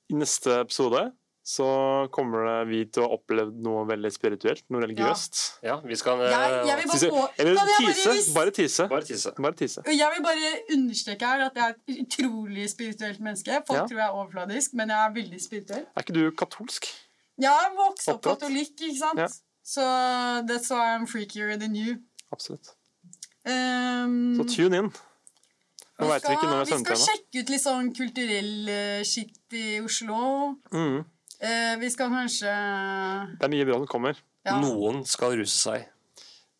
Speaker 4: I neste episode så kommer det vi til å ha opplevd noe veldig spirituelt, noe religiøst.
Speaker 5: Ja, vi skal eh,
Speaker 3: Jeg, jeg vil
Speaker 4: Så-
Speaker 3: bare på,
Speaker 4: Eller
Speaker 3: Kan jeg
Speaker 4: tise.
Speaker 3: bare-
Speaker 4: Bare tise.
Speaker 5: bare tisse.
Speaker 4: Bare tise.
Speaker 3: Og Jeg vil bare understreke her at jeg er et utrolig spirituelt menneske. Folk
Speaker 4: Ja.
Speaker 3: tror jeg er overfladisk, men jeg er veldig spirituell.
Speaker 4: Er ikke du katolsk?
Speaker 3: Jeg er vokst opp
Speaker 4: Oppdratt.
Speaker 3: katolikk, ikke sant?
Speaker 4: Ja.
Speaker 3: Så that's why I'm freakier than you.
Speaker 4: Absolutt.
Speaker 3: Um,
Speaker 4: Så tune in. Nå
Speaker 3: Vi
Speaker 4: veit vi
Speaker 3: skal,
Speaker 4: ikke når vi
Speaker 3: vi
Speaker 4: sender
Speaker 3: skal
Speaker 4: til henne.
Speaker 3: sjekke ut litt sånn kulturell eh, shit i Oslo.
Speaker 4: Mm.
Speaker 3: Eh, vi skal kanskje
Speaker 4: Det er mye bra som kommer.
Speaker 3: ja.
Speaker 5: Noen skal ruse seg.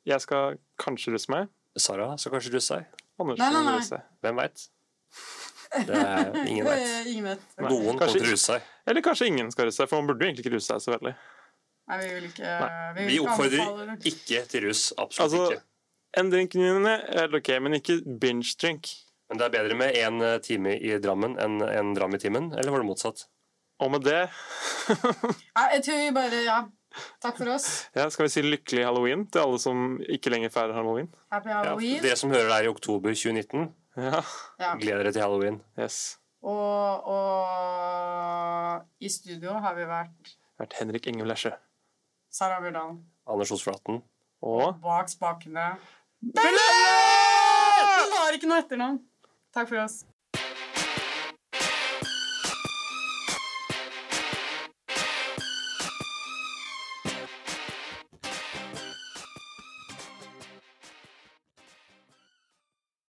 Speaker 4: Jeg skal kanskje russe meg.
Speaker 5: Sara skal kanskje ruse seg.
Speaker 4: Anders
Speaker 3: Nei, nei,
Speaker 4: skal
Speaker 3: nei.
Speaker 4: ruse seg.
Speaker 5: Hvem veit? Ingen veit.
Speaker 3: Eh, Ingen vet.
Speaker 4: Nei,
Speaker 5: Noen kommer
Speaker 4: kanskje-
Speaker 5: til å ruse seg.
Speaker 4: Eller kanskje ingen skal ruse seg, for man burde jo egentlig ikke ruse seg så veldig.
Speaker 3: Nei, vi vil ikke Vi, vil
Speaker 5: Vi
Speaker 3: Mm. ikke anbefale
Speaker 5: oppfordrer
Speaker 3: det.
Speaker 5: ikke til rus. Absolutt
Speaker 4: Altså-
Speaker 5: ikke.
Speaker 4: En drink er ok, men ikke binge drink.
Speaker 5: Men det er bedre med én time i Drammen enn en dram i timen. Eller var det motsatt?
Speaker 4: Og med det
Speaker 3: Nei, jeg tror vi bare Ja. Takk for oss.
Speaker 4: ja, skal vi si lykkelig halloween til alle som ikke lenger feirer halloween.
Speaker 3: Happy
Speaker 5: Ja,
Speaker 3: halloween.
Speaker 5: dere som hører det her i oktober 2019,
Speaker 4: Ja,
Speaker 3: Ja.
Speaker 5: gleder dere til halloween.
Speaker 4: yes.
Speaker 3: Og, og i studio har vi vært
Speaker 4: Det har vært Henrik Inge Lesjø.
Speaker 3: Sara Bjørdal.
Speaker 5: Anders Osflaten.
Speaker 4: Og
Speaker 3: Bak spakene. Det var ikke noe etternavn. Takk for oss.